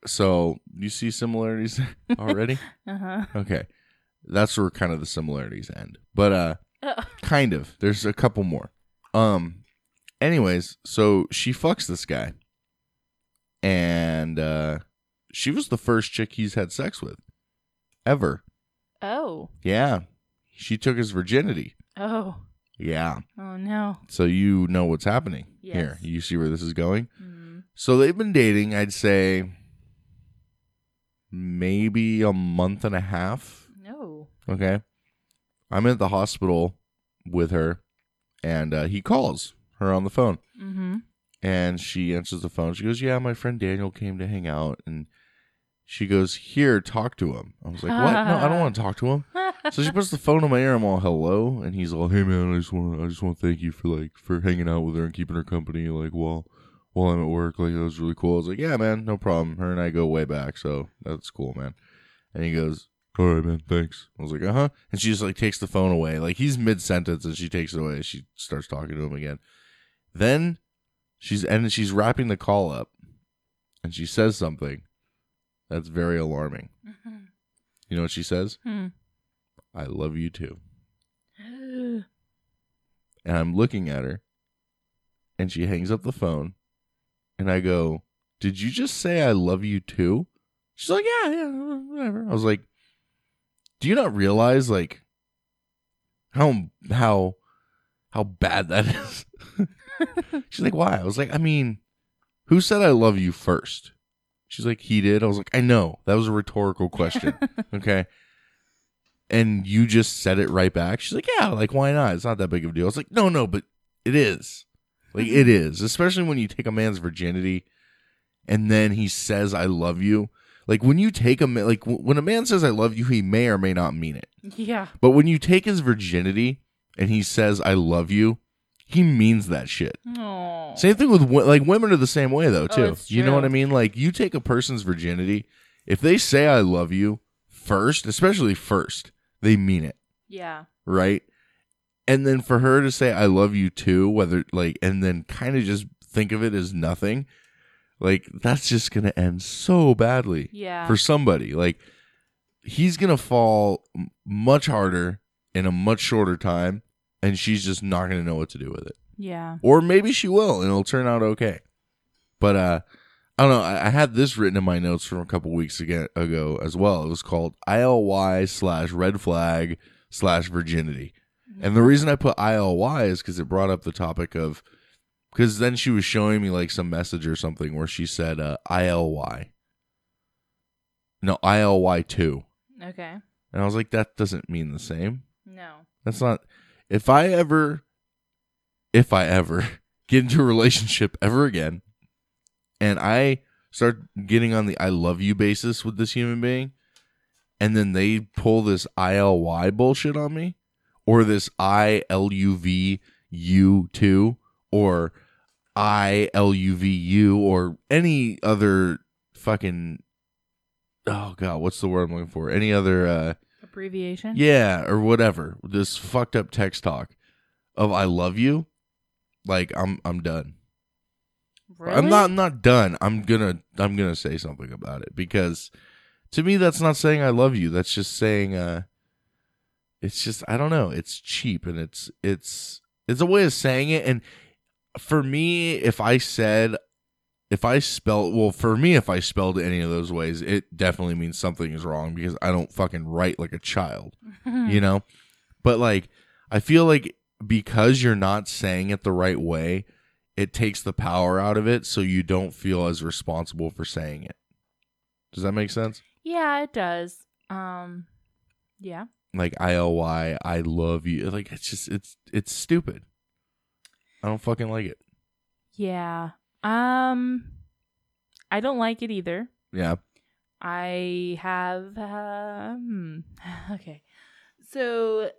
[SPEAKER 3] so you see similarities already
[SPEAKER 5] Uh-huh.
[SPEAKER 3] okay that's where kind of the similarities end but uh
[SPEAKER 5] Uh,
[SPEAKER 3] kind of there's a couple more um anyways so she fucks this guy and uh she was the first chick he's had sex with ever
[SPEAKER 5] oh.
[SPEAKER 3] yeah she took his virginity
[SPEAKER 5] Oh.
[SPEAKER 3] yeah
[SPEAKER 5] Oh no.
[SPEAKER 3] so you know what's happening
[SPEAKER 5] Yes.
[SPEAKER 3] here you see where this is going
[SPEAKER 5] Mm.
[SPEAKER 3] so they've been dating i'd say maybe a month and a half
[SPEAKER 5] No.
[SPEAKER 3] Okay. I'm at the hospital with her, and uh, he calls her on the phone,
[SPEAKER 5] Mm-hmm.
[SPEAKER 3] and she answers the phone. She goes, "Yeah, my friend Daniel came to hang out, and She goes, Here, talk to him. I was like, What? No, I don't want to talk to him. so she puts the phone on my ear. I'm all hello, and he's all, Hey man, I just want I just want to thank you for like for hanging out with her and keeping her company like while while I'm at work. Like that was really cool. I was like, Yeah, man, no problem. Her and I go way back, so that's cool, man. And he goes, All right, man, thanks. I was like, Uh huh. And she just like takes the phone away. Like he's mid sentence, and she takes it away. She starts talking to him again. Then she's and she's wrapping the call up, and she says something that's very alarming.
[SPEAKER 5] Mm-hmm.
[SPEAKER 3] You know what she says?
[SPEAKER 5] Hmm.
[SPEAKER 3] I love you too.
[SPEAKER 5] Hmm.
[SPEAKER 3] And I'm looking at her, and she hangs up the phone, and I go, "Did you just say I love you too?" She's like, "Yeah, yeah, whatever." I was like, "Do you not realize like how how how bad that is?" She's like, "Why?" I was like, "I mean, who said I love you first? She's like, "He did." I was like, "I know. That was a rhetorical question." okay. And you just said it right back. She's like, "Yeah, like why not? It's not that big of a deal." I was like, "No, no, but it is. Like it
[SPEAKER 5] Mm-hmm.
[SPEAKER 3] is, especially when you take a man's virginity and then he says I love you. Like when you take a ma- like w- when a man says I love you, he may or may not mean it.
[SPEAKER 5] yeah.
[SPEAKER 3] But when you take his virginity and he says I love you, he means that shit.
[SPEAKER 5] Oh.
[SPEAKER 3] Same thing with wo- like women are the same way though
[SPEAKER 5] Oh,
[SPEAKER 3] too.
[SPEAKER 5] it's
[SPEAKER 3] you know what
[SPEAKER 5] true.
[SPEAKER 3] I mean? Like you take a person's virginity, if they say I love you first, especially first, they mean it,
[SPEAKER 5] Yeah.
[SPEAKER 3] right? And then for her to say I love you too, whether like and then kind of just think of it as nothing, like that's just going to end so badly
[SPEAKER 5] Yeah.
[SPEAKER 3] for somebody. Like he's going to fall m- much harder in a much shorter time and she's just not going to know what to do with it
[SPEAKER 5] yeah.
[SPEAKER 3] or maybe she will and it'll turn out okay but uh i don't know i, I had this written in my notes from a couple weeks aga ago as well it was called ily slash red flag slash virginity and the reason i put ily is because it brought up the topic of because then she was showing me like some message or something where she said uh, ily no ily2
[SPEAKER 5] Okay.
[SPEAKER 3] and i was like that doesn't mean the same
[SPEAKER 5] No.
[SPEAKER 3] that's not. If I ever, if I ever get into a relationship ever again, and I start getting on the I love you basis with this human being, and then they pull this ILY bullshit on me, or this I L U V U 2, or I L U V U, or any other fucking. Oh, God, what's the word I'm looking for? Any other. Uh,
[SPEAKER 5] Abbreviation.
[SPEAKER 3] yeah, or whatever. This fucked up text talk of "I love you," like I'm I'm done.
[SPEAKER 5] Really?
[SPEAKER 3] I'm not I'm not done. I'm gonna I'm gonna say something about it because to me that's not saying I love you. That's just saying uh, it's just I don't know. It's cheap and it's it's it's a way of saying it. And for me, if I said if I spelled well for me if I spelled it any of those ways, it definitely means something is wrong because I don't fucking write like a child
[SPEAKER 5] Mm.
[SPEAKER 3] you know but like i feel like because you're not saying it the right way it takes the power out of it so you don't feel as responsible for saying it does that make sense
[SPEAKER 5] Yeah, it does. Um. Yeah.
[SPEAKER 3] like ily i love you like it's just it's it's stupid i don't fucking like it
[SPEAKER 5] Yeah. Um. I don't like it either.
[SPEAKER 3] yeah
[SPEAKER 5] I have. Um, okay. So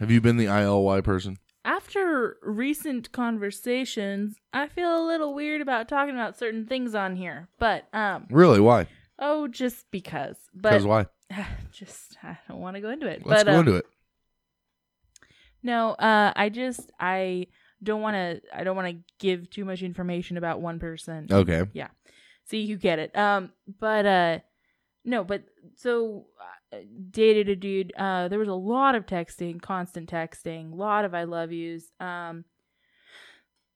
[SPEAKER 3] have you been the ily person
[SPEAKER 5] after recent conversations, I feel a little weird about talking about certain things on here. But um,
[SPEAKER 3] really why
[SPEAKER 5] oh, just because. But
[SPEAKER 3] because why
[SPEAKER 5] just I don't want to go into it.
[SPEAKER 3] let's
[SPEAKER 5] but,
[SPEAKER 3] go
[SPEAKER 5] um,
[SPEAKER 3] into it
[SPEAKER 5] No, uh, I just I don't want to. I don't want to give too much information about one person.
[SPEAKER 3] okay
[SPEAKER 5] See, you get it. Um, but uh, no, but so uh, dated a dude. Uh, there was a lot of texting, constant texting, lot of I love yous. Um,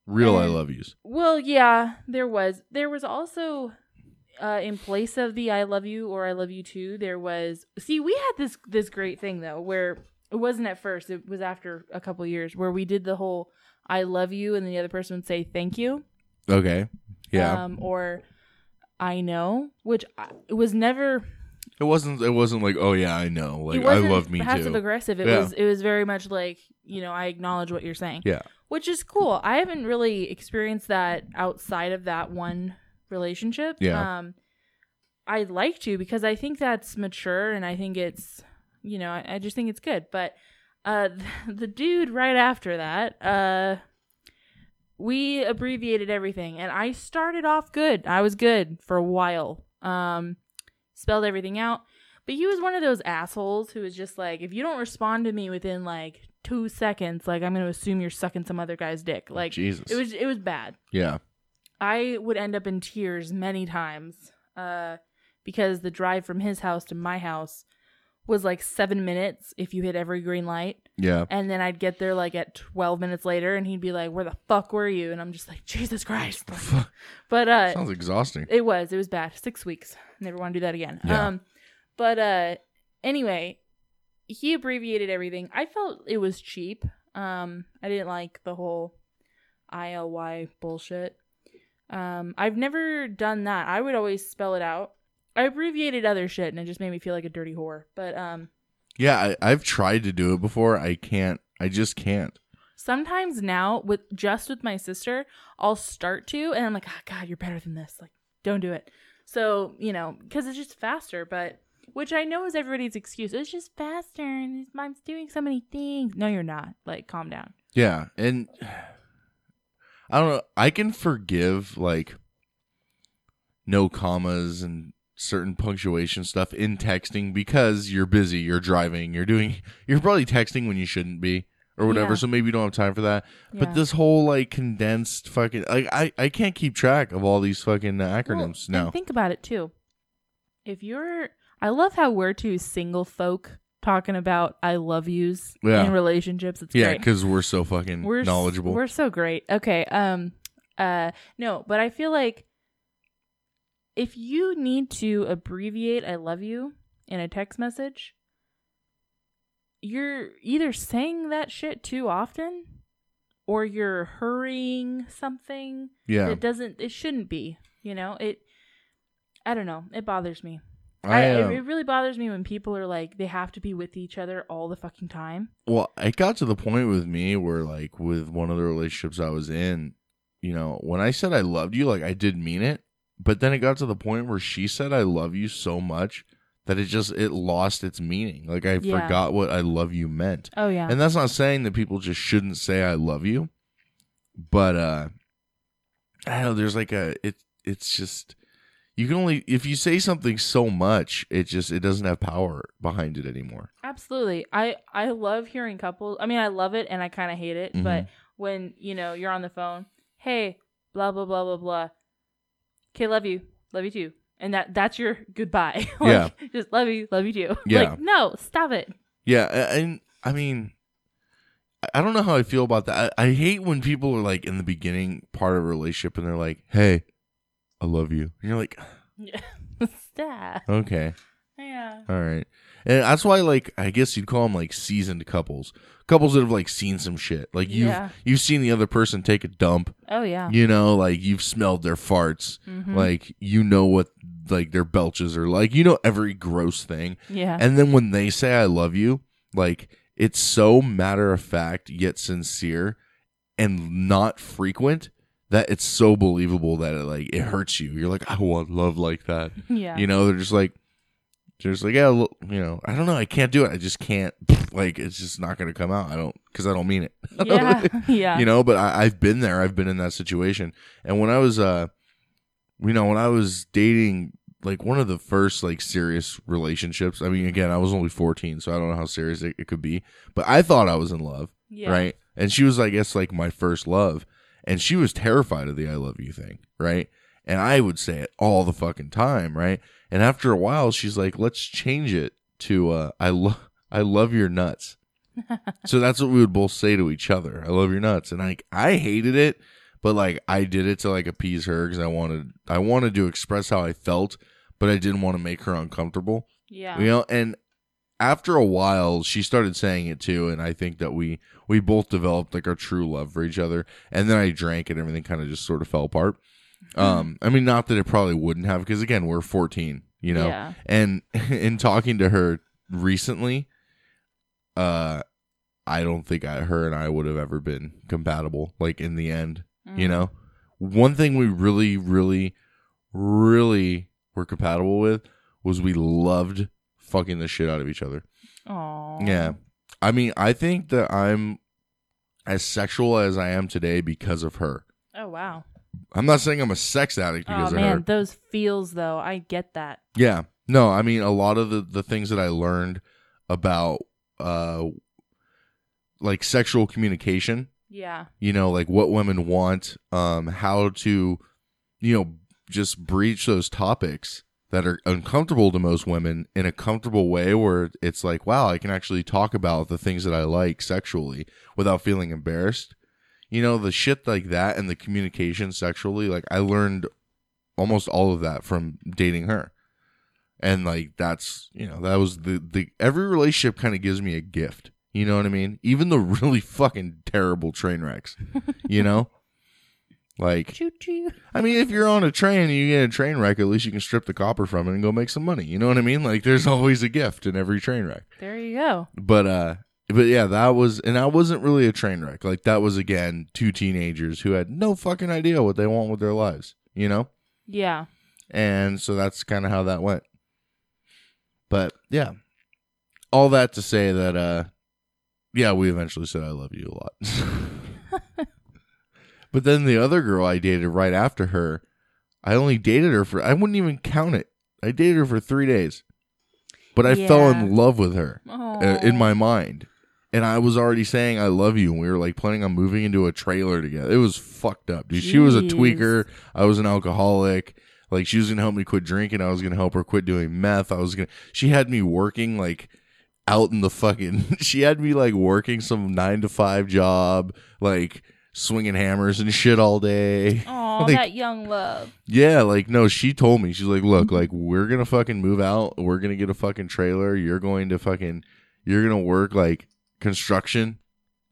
[SPEAKER 3] real i
[SPEAKER 5] and-
[SPEAKER 3] love yous
[SPEAKER 5] well, yeah, there was. There was also, uh, in place of the I love you or I love you too, there was. See, we had this this great thing though, where it wasn't at first. It was after a couple years where we did the whole I love you, and then the other person would say thank you.
[SPEAKER 3] okay yeah
[SPEAKER 5] um, or I know, which I, it was never.
[SPEAKER 3] it wasn't it wasn't like oh yeah i know like
[SPEAKER 5] it
[SPEAKER 3] i
[SPEAKER 5] wasn't
[SPEAKER 3] love me
[SPEAKER 5] passive
[SPEAKER 3] too
[SPEAKER 5] aggressive. It
[SPEAKER 3] Yeah.
[SPEAKER 5] was it was very much like you know I acknowledge what you're saying.
[SPEAKER 3] Yeah.
[SPEAKER 5] which is cool. I haven't really experienced that outside of that one relationship.
[SPEAKER 3] Yeah.
[SPEAKER 5] Um, I'd like to because I think that's mature and I think it's, you know, I, I just think it's good. But uh, the dude right after that, uh, we abbreviated everything and I started off good. I was good for a while. Um, spelled everything out. But he was one of those assholes who was just like, if you don't respond to me within like two seconds, like I'm gonna assume you're sucking some other guy's dick. Like
[SPEAKER 3] Jesus.
[SPEAKER 5] it was it was bad.
[SPEAKER 3] Yeah.
[SPEAKER 5] I would end up in tears many times uh, because the drive from his house to my house was like seven minutes if you hit every green light.
[SPEAKER 3] Yeah.
[SPEAKER 5] And then I'd get there like at 12 minutes later and he'd be like, Where the fuck were you? And I'm just like, Jesus Christ. Like, but uh,
[SPEAKER 3] Sounds exhausting.
[SPEAKER 5] it was, it was bad. Six weeks. Never want to do that again.
[SPEAKER 3] Yeah.
[SPEAKER 5] Um, but uh, anyway, he abbreviated everything. I felt it was cheap. Um, I didn't like the whole ILY bullshit. Um, I've never done that. I would always spell it out. I abbreviated other shit, and it just made me feel like a dirty whore. But um,
[SPEAKER 3] Yeah, I, I've tried to do it before. I can't. I just can't.
[SPEAKER 5] sometimes now with just with my sister, I'll start to, and I'm like, oh, God, you're better than this. Like, don't do it. So you know, because it's just faster. But which I know is everybody's excuse. It's just faster, and I'm doing so many things. No, you're not. Like, calm down.
[SPEAKER 3] Yeah, and I don't know. I can forgive like no commas and certain punctuation stuff in texting because you're busy, you're driving, you're doing, you're probably texting when you shouldn't be or whatever.
[SPEAKER 5] Yeah.
[SPEAKER 3] So maybe you don't have time for that.
[SPEAKER 5] Yeah.
[SPEAKER 3] But this whole like condensed fucking like I I can't keep track of all these fucking acronyms
[SPEAKER 5] Well, and
[SPEAKER 3] now.
[SPEAKER 5] Think about it too. If you're, I love how we're two single folk talking about I love yous
[SPEAKER 3] Yeah.
[SPEAKER 5] in relationships. It's
[SPEAKER 3] yeah,
[SPEAKER 5] great.
[SPEAKER 3] because we're so fucking
[SPEAKER 5] we're s-
[SPEAKER 3] knowledgeable.
[SPEAKER 5] We're so great. Okay. Um. Uh. No, but I feel like if you need to abbreviate "I love you" in a text message, you're either saying that shit too often, or you're hurrying something
[SPEAKER 3] yeah,
[SPEAKER 5] it doesn't it shouldn't be you know it i don't know it bothers me
[SPEAKER 3] I,
[SPEAKER 5] I,
[SPEAKER 3] um,
[SPEAKER 5] it, it really bothers me when people are like they have to be with each other all the fucking time
[SPEAKER 3] well it got to the point with me where like with one of the relationships i was in you know when i said i loved you like i did mean it but then it got to the point where she said i love you so much that it just it lost its meaning like i
[SPEAKER 5] Yeah.
[SPEAKER 3] forgot what i love you meant
[SPEAKER 5] oh yeah
[SPEAKER 3] and that's not saying that people just shouldn't say i love you but uh i don't know there's like a it it's just you can only if you say something so much it just it doesn't have power behind it anymore
[SPEAKER 5] absolutely i i love hearing couples i mean i love it and i kind of hate it but
[SPEAKER 3] Mm-hmm.
[SPEAKER 5] when you know you're on the phone hey blah blah blah blah blah okay love you love you too and that that's your goodbye like just love you love you too
[SPEAKER 3] Yeah.
[SPEAKER 5] like no stop it
[SPEAKER 3] Yeah, a- and I mean, I- I don't know how I feel about that. I, I hate when people are like in the beginning part of a relationship and they're like, "Hey, I love you," and you're like,
[SPEAKER 5] stop
[SPEAKER 3] "Okay,
[SPEAKER 5] yeah
[SPEAKER 3] all right." And that's why, like, I guess you'd call them like seasoned couples, couples that have like seen some shit. Like you've
[SPEAKER 5] Yeah.
[SPEAKER 3] you've seen the other person take a dump,
[SPEAKER 5] oh yeah
[SPEAKER 3] you know, like you've smelled their farts,
[SPEAKER 5] Mhm.
[SPEAKER 3] like you know what like their belches are like, you know every gross thing.
[SPEAKER 5] yeah
[SPEAKER 3] And then when they say I love you, like it's so matter of fact yet sincere and not frequent that it's so believable that it like it hurts you. You're like, I want love like that.
[SPEAKER 5] yeah
[SPEAKER 3] You know, they're just like they're just like, yeah, lo- you know, I don't know, I can't do it. I just can't like it's just not gonna come out. I don't because I don't mean it.
[SPEAKER 5] yeah yeah
[SPEAKER 3] You know, but I, I've been there. I've been in that situation. And when I was, uh, you know, when I was dating, like one of the first like serious relationships. I mean, again, I was only fourteen, so I don't know how serious it, it could be. But I thought I was in love,
[SPEAKER 5] yeah.
[SPEAKER 3] right? And she was, I guess, like my first love, and she was terrified of the "I love you" thing, right? And I would say it all the fucking time, right? And after a while, she's like, "Let's change it to uh, I love I love your nuts." so that's what we would both say to each other. I love your nuts, and like I hated it, but like I did it to like appease her because I wanted I wanted to express how I felt, but I didn't want to make her uncomfortable.
[SPEAKER 5] Yeah.
[SPEAKER 3] You know, and after a while, she started saying it too, and I think that we we both developed like our true love for each other. And then I drank, and everything kind of just sort of fell apart.
[SPEAKER 5] Mm-hmm.
[SPEAKER 3] Um, I mean, not that it probably wouldn't have, because again, we're fourteen, you know.
[SPEAKER 5] Yeah.
[SPEAKER 3] And in talking to her recently, uh, I don't think I, her and I would have ever been compatible. Like in
[SPEAKER 5] Mm.
[SPEAKER 3] the end, you know, one thing we really, really, really were compatible with was we loved fucking the shit out of each other.
[SPEAKER 5] Oh.
[SPEAKER 3] Yeah. I mean, I think that I'm as sexual as I am today because of her.
[SPEAKER 5] Oh wow.
[SPEAKER 3] I'm not saying I'm a sex addict
[SPEAKER 5] Oh
[SPEAKER 3] because of
[SPEAKER 5] man,
[SPEAKER 3] her.
[SPEAKER 5] those feels though. I get that.
[SPEAKER 3] Yeah. No, I mean a lot of the, the things that I learned about uh like sexual communication,
[SPEAKER 5] Yeah.
[SPEAKER 3] you know, like what women want, um, how to, you know, just breach those topics that are uncomfortable to most women in a comfortable way where it's like, wow, I can actually talk about the things that I like sexually without feeling embarrassed. You know, the shit like that and the communication sexually, like I learned almost all of that from dating her. And like that's, you know, that was the the every relationship kind of gives me a gift. You know what I mean? Even the really fucking terrible train wrecks. You know? like
[SPEAKER 5] Choo choo.
[SPEAKER 3] I mean, if you're on a train and you get a train wreck, at least you can strip the copper from it and go make some money. You know what I mean? Like there's always a gift in every train wreck.
[SPEAKER 5] There you go.
[SPEAKER 3] But uh but yeah, that was and I wasn't really a train wreck. Like that was again two teenagers who had no fucking idea what they want with their lives, you know?
[SPEAKER 5] Yeah.
[SPEAKER 3] And so that's kind of how that went. But yeah. All that to say that uh yeah, we eventually said I love you a lot. but then the other girl I dated right after her, I only dated her for I wouldn't even count it. I dated her for 3 days. But I fell in
[SPEAKER 5] Yeah.
[SPEAKER 3] love with her
[SPEAKER 5] Oh.
[SPEAKER 3] uh, in my mind. And I was already saying I love you. And we were like planning on moving into a trailer together. It was fucked up, dude. She was a
[SPEAKER 5] Jeez.
[SPEAKER 3] tweaker. I was an alcoholic. Like she was gonna help me quit drinking. I was gonna help her quit doing meth. I was gonna. She had me working like out in the fucking. She had me like working some nine to five job, like swinging hammers and shit all day.
[SPEAKER 5] Oh,
[SPEAKER 3] Like-
[SPEAKER 5] that young love.
[SPEAKER 3] Yeah, like no, she told me. She's like,
[SPEAKER 5] Mm-hmm.
[SPEAKER 3] "Look, like we're going to fucking move out. We're going to get a fucking trailer. You're going to fucking you're going to work like construction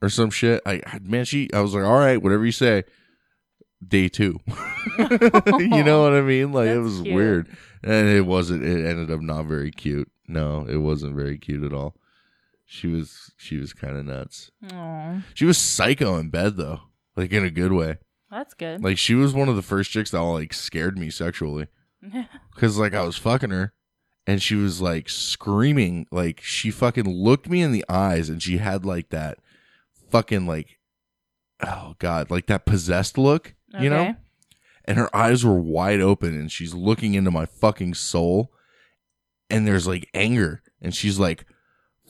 [SPEAKER 3] or some shit." I man, she I was like, "All right, whatever you say." Day 2. you know what I mean? Like it
[SPEAKER 5] That's
[SPEAKER 3] was
[SPEAKER 5] cute.
[SPEAKER 3] weird. And it wasn't it ended up not very cute. No, it wasn't very cute at all. She was she was kind of nuts.
[SPEAKER 5] Oh,
[SPEAKER 3] She was psycho in bed though. Like in a good way.
[SPEAKER 5] that's good.
[SPEAKER 3] Like she was one of the first chicks that like scared me sexually because like I was fucking her, and she was like screaming, like she fucking looked me in the eyes, and she had like that fucking like, oh god, like that possessed look, you know,
[SPEAKER 5] Okay.
[SPEAKER 3] and her eyes were wide open, and she's looking into my fucking soul, and there's like anger, and she's like,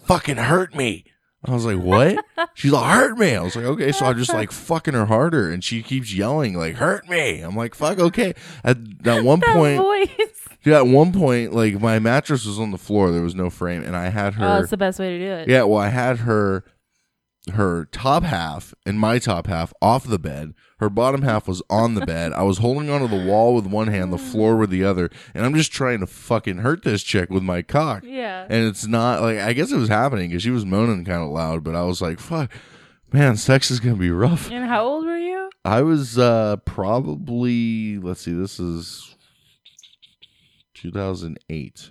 [SPEAKER 3] fucking hurt me. I was like, what? She's like, hurt me. I was like, okay. So I just like fucking her harder, and she keeps yelling like, hurt me. I'm like, fuck, okay. At that one
[SPEAKER 5] that
[SPEAKER 3] point,
[SPEAKER 5] voice.
[SPEAKER 3] Dude, at one point, like my mattress was on the floor, there was no frame, and I had
[SPEAKER 5] Oh,
[SPEAKER 3] her.
[SPEAKER 5] that's the best way to do it.
[SPEAKER 3] yeah, well, I had her, her top half and my top half off the bed. Her bottom half was on the bed. I was holding onto the wall with one hand, the floor with the other, and I'm just trying to fucking hurt this chick with my cock.
[SPEAKER 5] Yeah.
[SPEAKER 3] And it's not like I guess it was happening because she was moaning kind of loud, but I was like, "Fuck, man, sex is gonna be rough."
[SPEAKER 5] And how old were you?
[SPEAKER 3] I was uh probably let's see, this is 2008,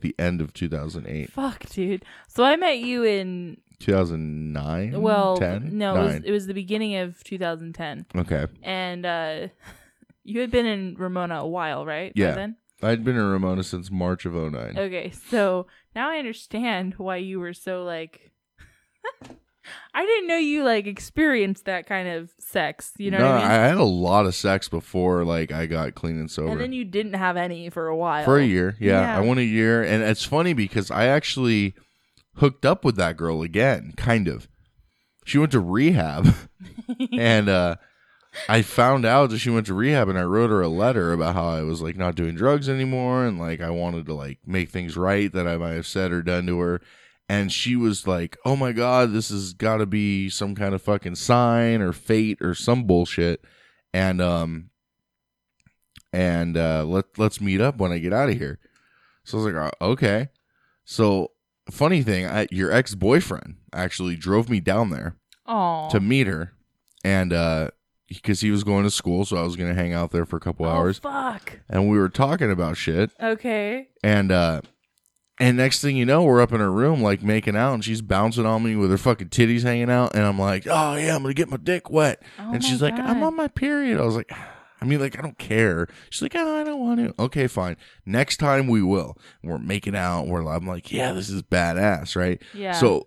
[SPEAKER 3] the end of 2008,
[SPEAKER 5] Fuck, dude. So I met you in
[SPEAKER 3] 2009.
[SPEAKER 5] well,
[SPEAKER 3] 10?
[SPEAKER 5] no, it was,
[SPEAKER 3] Mm, Nine.
[SPEAKER 5] it was the beginning of 2010,
[SPEAKER 3] okay.
[SPEAKER 5] and uh, you had been in Ramona a while, right? by
[SPEAKER 3] Yeah.
[SPEAKER 5] then?
[SPEAKER 3] I'd been in Ramona since March of 09.
[SPEAKER 5] Okay, so now I understand why you were so like. I didn't know you like experienced that kind of sex. You know
[SPEAKER 3] no,
[SPEAKER 5] what I mean?
[SPEAKER 3] had a lot of sex before like I got clean and sober.
[SPEAKER 5] and then you didn't have any for a while.
[SPEAKER 3] for a year. Yeah,
[SPEAKER 5] Yeah.
[SPEAKER 3] I went a year, and it's funny because I actually hooked up with that girl again, kind of. She went to rehab, and uh, I found out that she went to rehab, and I wrote her a letter about how I was like not doing drugs anymore, and like I wanted to like make things right that I might have said or done to her. And she was like, "Oh my god, this has got to be some kind of fucking sign or fate or some bullshit." And um, and uh, let let's meet up when I get out of here. So I was like, "Oh, okay. So funny thing, I, your ex boyfriend actually drove me down there
[SPEAKER 5] Aw.
[SPEAKER 3] to meet her, and uh, because he was going to school, so I was gonna hang out there for a couple
[SPEAKER 5] Oh,
[SPEAKER 3] hours,
[SPEAKER 5] fuck.
[SPEAKER 3] and we were talking about shit,
[SPEAKER 5] Okay.
[SPEAKER 3] and uh, and next thing you know, we're up in her room like making out, and she's bouncing on me with her fucking titties hanging out, and I'm like, "Oh yeah, I'm gonna get my dick wet,"
[SPEAKER 5] Oh
[SPEAKER 3] and she's
[SPEAKER 5] my
[SPEAKER 3] like, "I'm
[SPEAKER 5] God.
[SPEAKER 3] on my period." I was like. I mean, like, I don't care. She's like, oh, I don't want to. Okay, fine. Next time we will. We're making out. We're. I'm like, yeah, this is badass, right?
[SPEAKER 5] Yeah.
[SPEAKER 3] So,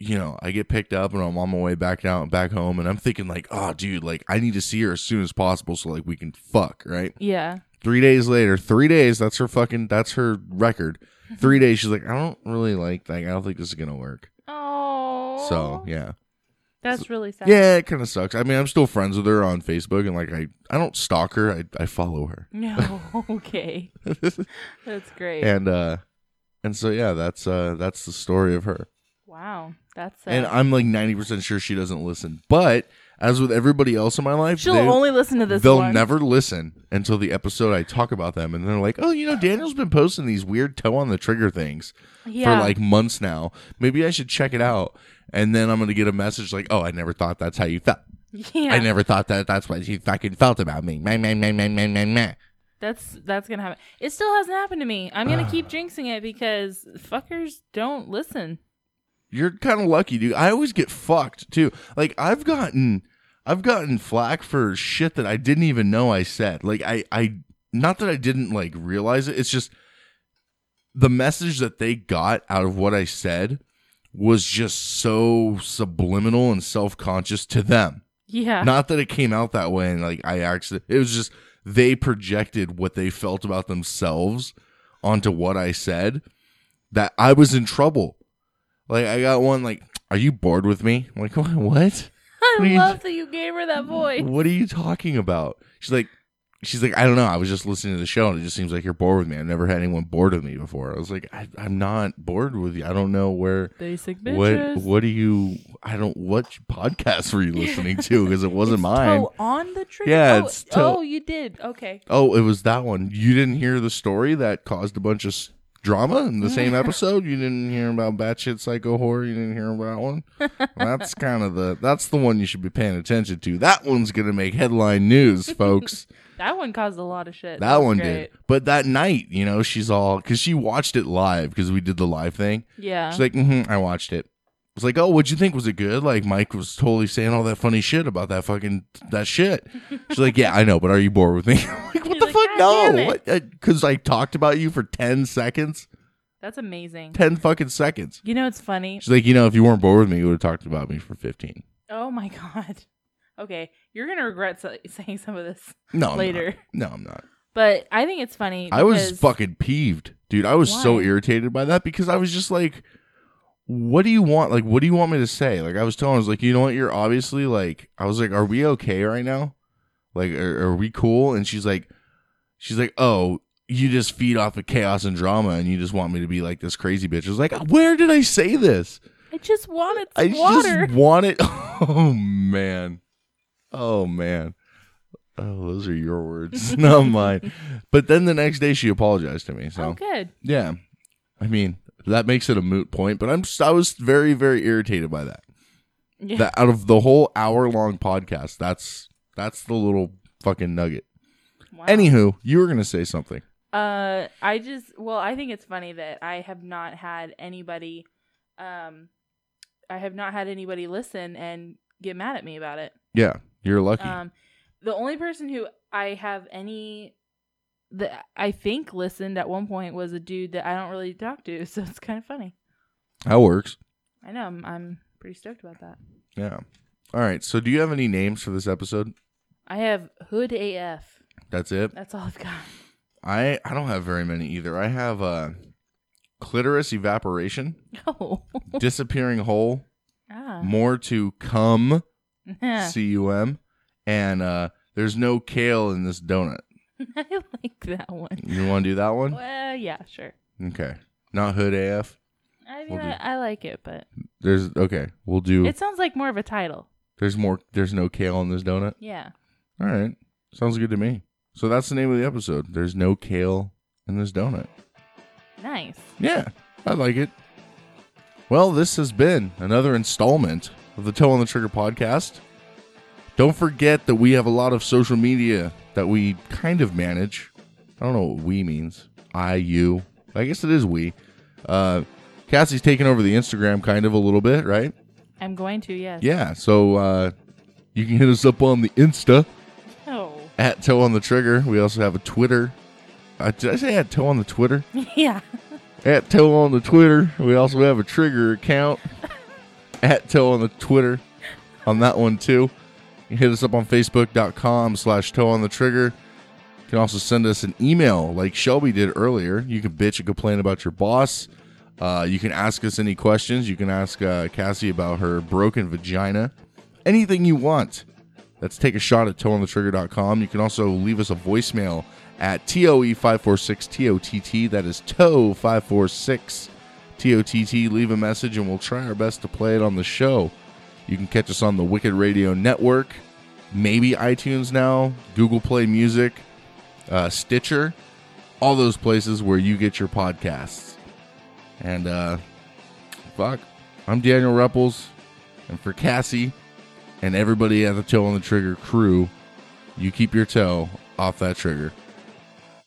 [SPEAKER 3] you know, I get picked up and I'm on my way back down back home, and I'm thinking like, oh, dude, like I need to see her as soon as possible so like we can fuck, right?
[SPEAKER 5] Yeah.
[SPEAKER 3] Three days later, three days. That's her fucking. That's her record. Three days. She's like, I don't really like. Like, I don't think this is gonna work.
[SPEAKER 5] Oh.
[SPEAKER 3] So yeah,
[SPEAKER 5] That's really sad.
[SPEAKER 3] yeah, it kind of sucks. I mean, I'm still friends with her on Facebook, and like, I I don't stalk her. I I follow her,
[SPEAKER 5] No. Okay. That's great.
[SPEAKER 3] and uh, and so yeah, that's uh, that's the story of her.
[SPEAKER 5] Wow. That's sad.
[SPEAKER 3] And I'm like 90 percent sure she doesn't listen. But as with everybody else in my life,
[SPEAKER 5] She'll
[SPEAKER 3] they-
[SPEAKER 5] only listen to this
[SPEAKER 3] They'll
[SPEAKER 5] one.
[SPEAKER 3] never listen until the episode I talk about them, and they're like, "Oh, you know, Daniel's been posting these weird toe on the trigger things
[SPEAKER 5] Yeah.
[SPEAKER 3] for like months now. Maybe I should check it out." And then I'm gonna get a message like, "Oh, I never thought that's how you felt.
[SPEAKER 5] Yeah.
[SPEAKER 3] I never thought that that's what you fucking felt about me." Meh, meh, meh, meh, meh, meh, meh.
[SPEAKER 5] That's that's gonna happen. It still hasn't happened to me. I'm gonna keep jinxing it because fuckers don't listen.
[SPEAKER 3] You're kind of lucky, dude. I always get fucked too. Like I've gotten, I've gotten flack for shit that I didn't even know I said. Like I, I, not that I didn't like realize it. It's just the message that they got out of what I said was just so subliminal and self conscious to them.
[SPEAKER 5] Yeah.
[SPEAKER 3] Not that it came out that way, and like I actually, it was just they projected what they felt about themselves onto what I said. That I was in trouble. Like I got one. Like, are you bored with me? I'm like, "Wha- what?
[SPEAKER 5] I
[SPEAKER 3] What are you-
[SPEAKER 5] love that you gave her that voice.
[SPEAKER 3] What are you talking about? She's like, she's like, I don't know. I was just listening to the show, and it just seems like you're bored with me. I've never had anyone bored with me before. I was like, I, I'm not bored with you. I don't know where.
[SPEAKER 5] Basic
[SPEAKER 3] What
[SPEAKER 5] bitches.
[SPEAKER 3] what do you I don't what podcast were you listening to because it wasn't
[SPEAKER 5] It's
[SPEAKER 3] mine.
[SPEAKER 5] toe Oh, on the trigger.
[SPEAKER 3] Yeah,
[SPEAKER 5] oh,
[SPEAKER 3] it's toe-
[SPEAKER 5] oh, you did. Okay.
[SPEAKER 3] Oh, it was that one. You didn't hear the story that caused a bunch of s- drama in the same episode. You didn't hear about batshit psycho horror. You didn't hear about one. That's kind of the that's the one you should be paying attention to. That one's gonna make headline news, folks.
[SPEAKER 5] That one caused a lot of shit.
[SPEAKER 3] that
[SPEAKER 5] was
[SPEAKER 3] one
[SPEAKER 5] great.
[SPEAKER 3] did. But that night, you know, she's all because she watched it live because we did the live thing.
[SPEAKER 5] Yeah.
[SPEAKER 3] She's like, mm-hmm, I watched it. I was like, oh, what'd you think? Was it good? Like, Mike was totally saying all that funny shit about that fucking that shit. She's like, yeah, I know, but are you bored with me? I'm like, what
[SPEAKER 5] He's
[SPEAKER 3] the
[SPEAKER 5] like,
[SPEAKER 3] fuck?
[SPEAKER 5] "God damn
[SPEAKER 3] No,
[SPEAKER 5] it."
[SPEAKER 3] what? Because I talked about you for ten seconds,
[SPEAKER 5] That's amazing.
[SPEAKER 3] ten fucking seconds.
[SPEAKER 5] You know it's funny.
[SPEAKER 3] She's like, you know, if you weren't bored with me, you would have talked about me for fifteen.
[SPEAKER 5] Oh my god. Okay, you're gonna regret sa- saying some of this,
[SPEAKER 3] No, I'm
[SPEAKER 5] Later.
[SPEAKER 3] Not. No, I'm not.
[SPEAKER 5] but I think it's funny.
[SPEAKER 3] I was
[SPEAKER 5] because-
[SPEAKER 3] fucking peeved, dude. I was so
[SPEAKER 5] Why?
[SPEAKER 3] irritated by that because I was just like, what do you want? Like, what do you want me to say? Like, I was telling, her, I was like, you know what? You're obviously like, I was like, are we okay right now? Like, are, are we cool? And she's like, she's like, oh, you just feed off of chaos and drama and you just want me to be like this crazy bitch. I was like, where did I say this?
[SPEAKER 5] I just wanted
[SPEAKER 3] I
[SPEAKER 5] some water.
[SPEAKER 3] just want it. Oh, man. Oh, man. Oh, those are your words, not mine. But then the next day she apologized to me. So
[SPEAKER 5] oh, good.
[SPEAKER 3] yeah, I mean that makes it a moot point. But I'm I was very very irritated by that.
[SPEAKER 5] Yeah.
[SPEAKER 3] That out of the whole hour long podcast, that's that's the little fucking nugget.
[SPEAKER 5] Wow.
[SPEAKER 3] Anywho, you were gonna say something.
[SPEAKER 5] Uh, I just well, I think it's funny that I have not had anybody, um, I have not had anybody listen and get mad at me about it.
[SPEAKER 3] Yeah, you're lucky.
[SPEAKER 5] Um, the only person who I have any that I think listened at one point was a dude that I don't really talk to, so it's kind of funny.
[SPEAKER 3] that works.
[SPEAKER 5] I know I'm, I'm pretty stoked about that.
[SPEAKER 3] Yeah. All right. So, do you have any names for this episode?
[SPEAKER 5] I have Hood AF.
[SPEAKER 3] That's it.
[SPEAKER 5] That's all I've got.
[SPEAKER 3] I I don't have very many either. I have uh, clitoris evaporation,
[SPEAKER 5] No.
[SPEAKER 3] disappearing hole,
[SPEAKER 5] ah.
[SPEAKER 3] more to come. C U M, and uh, there's no kale in this donut.
[SPEAKER 5] I like that one.
[SPEAKER 3] You want to do that one?
[SPEAKER 5] Well, yeah, sure.
[SPEAKER 3] Okay, not hood AF.
[SPEAKER 5] I mean,
[SPEAKER 3] We'll do-
[SPEAKER 5] I, I like it, but
[SPEAKER 3] There's okay. We'll do.
[SPEAKER 5] it sounds like more of a title.
[SPEAKER 3] there's more. There's no kale in this donut.
[SPEAKER 5] Yeah.
[SPEAKER 3] All right, sounds good to me. So that's the name of the episode. There's no kale in this donut.
[SPEAKER 5] Nice.
[SPEAKER 3] Yeah, I like it. Well, this has been another installment of the Toe on the Trigger podcast. Don't forget that we have a lot of social media that we kind of manage. I don't know what we means. I, you. I guess it is we. Uh, Cassie's taking over the Instagram kind of a little bit, right?
[SPEAKER 5] I'm going to, yes.
[SPEAKER 3] Yeah. So uh, you can hit us up on the Insta
[SPEAKER 5] Oh.
[SPEAKER 3] at Toe on the Trigger. We also have a Twitter. Uh, did I say at Toe on the Twitter?
[SPEAKER 5] yeah.
[SPEAKER 3] at Toe on the Twitter. We also have a Trigger account at Toe on the Twitter on that one too. You can hit us up on Facebook.com slash Toe on the Trigger. You can also send us an email like Shelby did earlier. You can bitch and complain about your boss. Uh, you can ask us any questions. You can ask uh, Cassie about her broken vagina. Anything you want. That's take a shot at toeonthetrigger.com. You can also leave us a voicemail at E TOE546TOTT. That is E TOE546TOTT. Leave a message and we'll try our best to play it on the show. You can catch us on the Wicked Radio Network, maybe iTunes now, Google Play Music, uh, Stitcher, all those places where you get your podcasts. And uh, fuck, I'm Daniel Rupples. And for Cassie, and everybody at the toe on the trigger crew, you keep your toe off that trigger.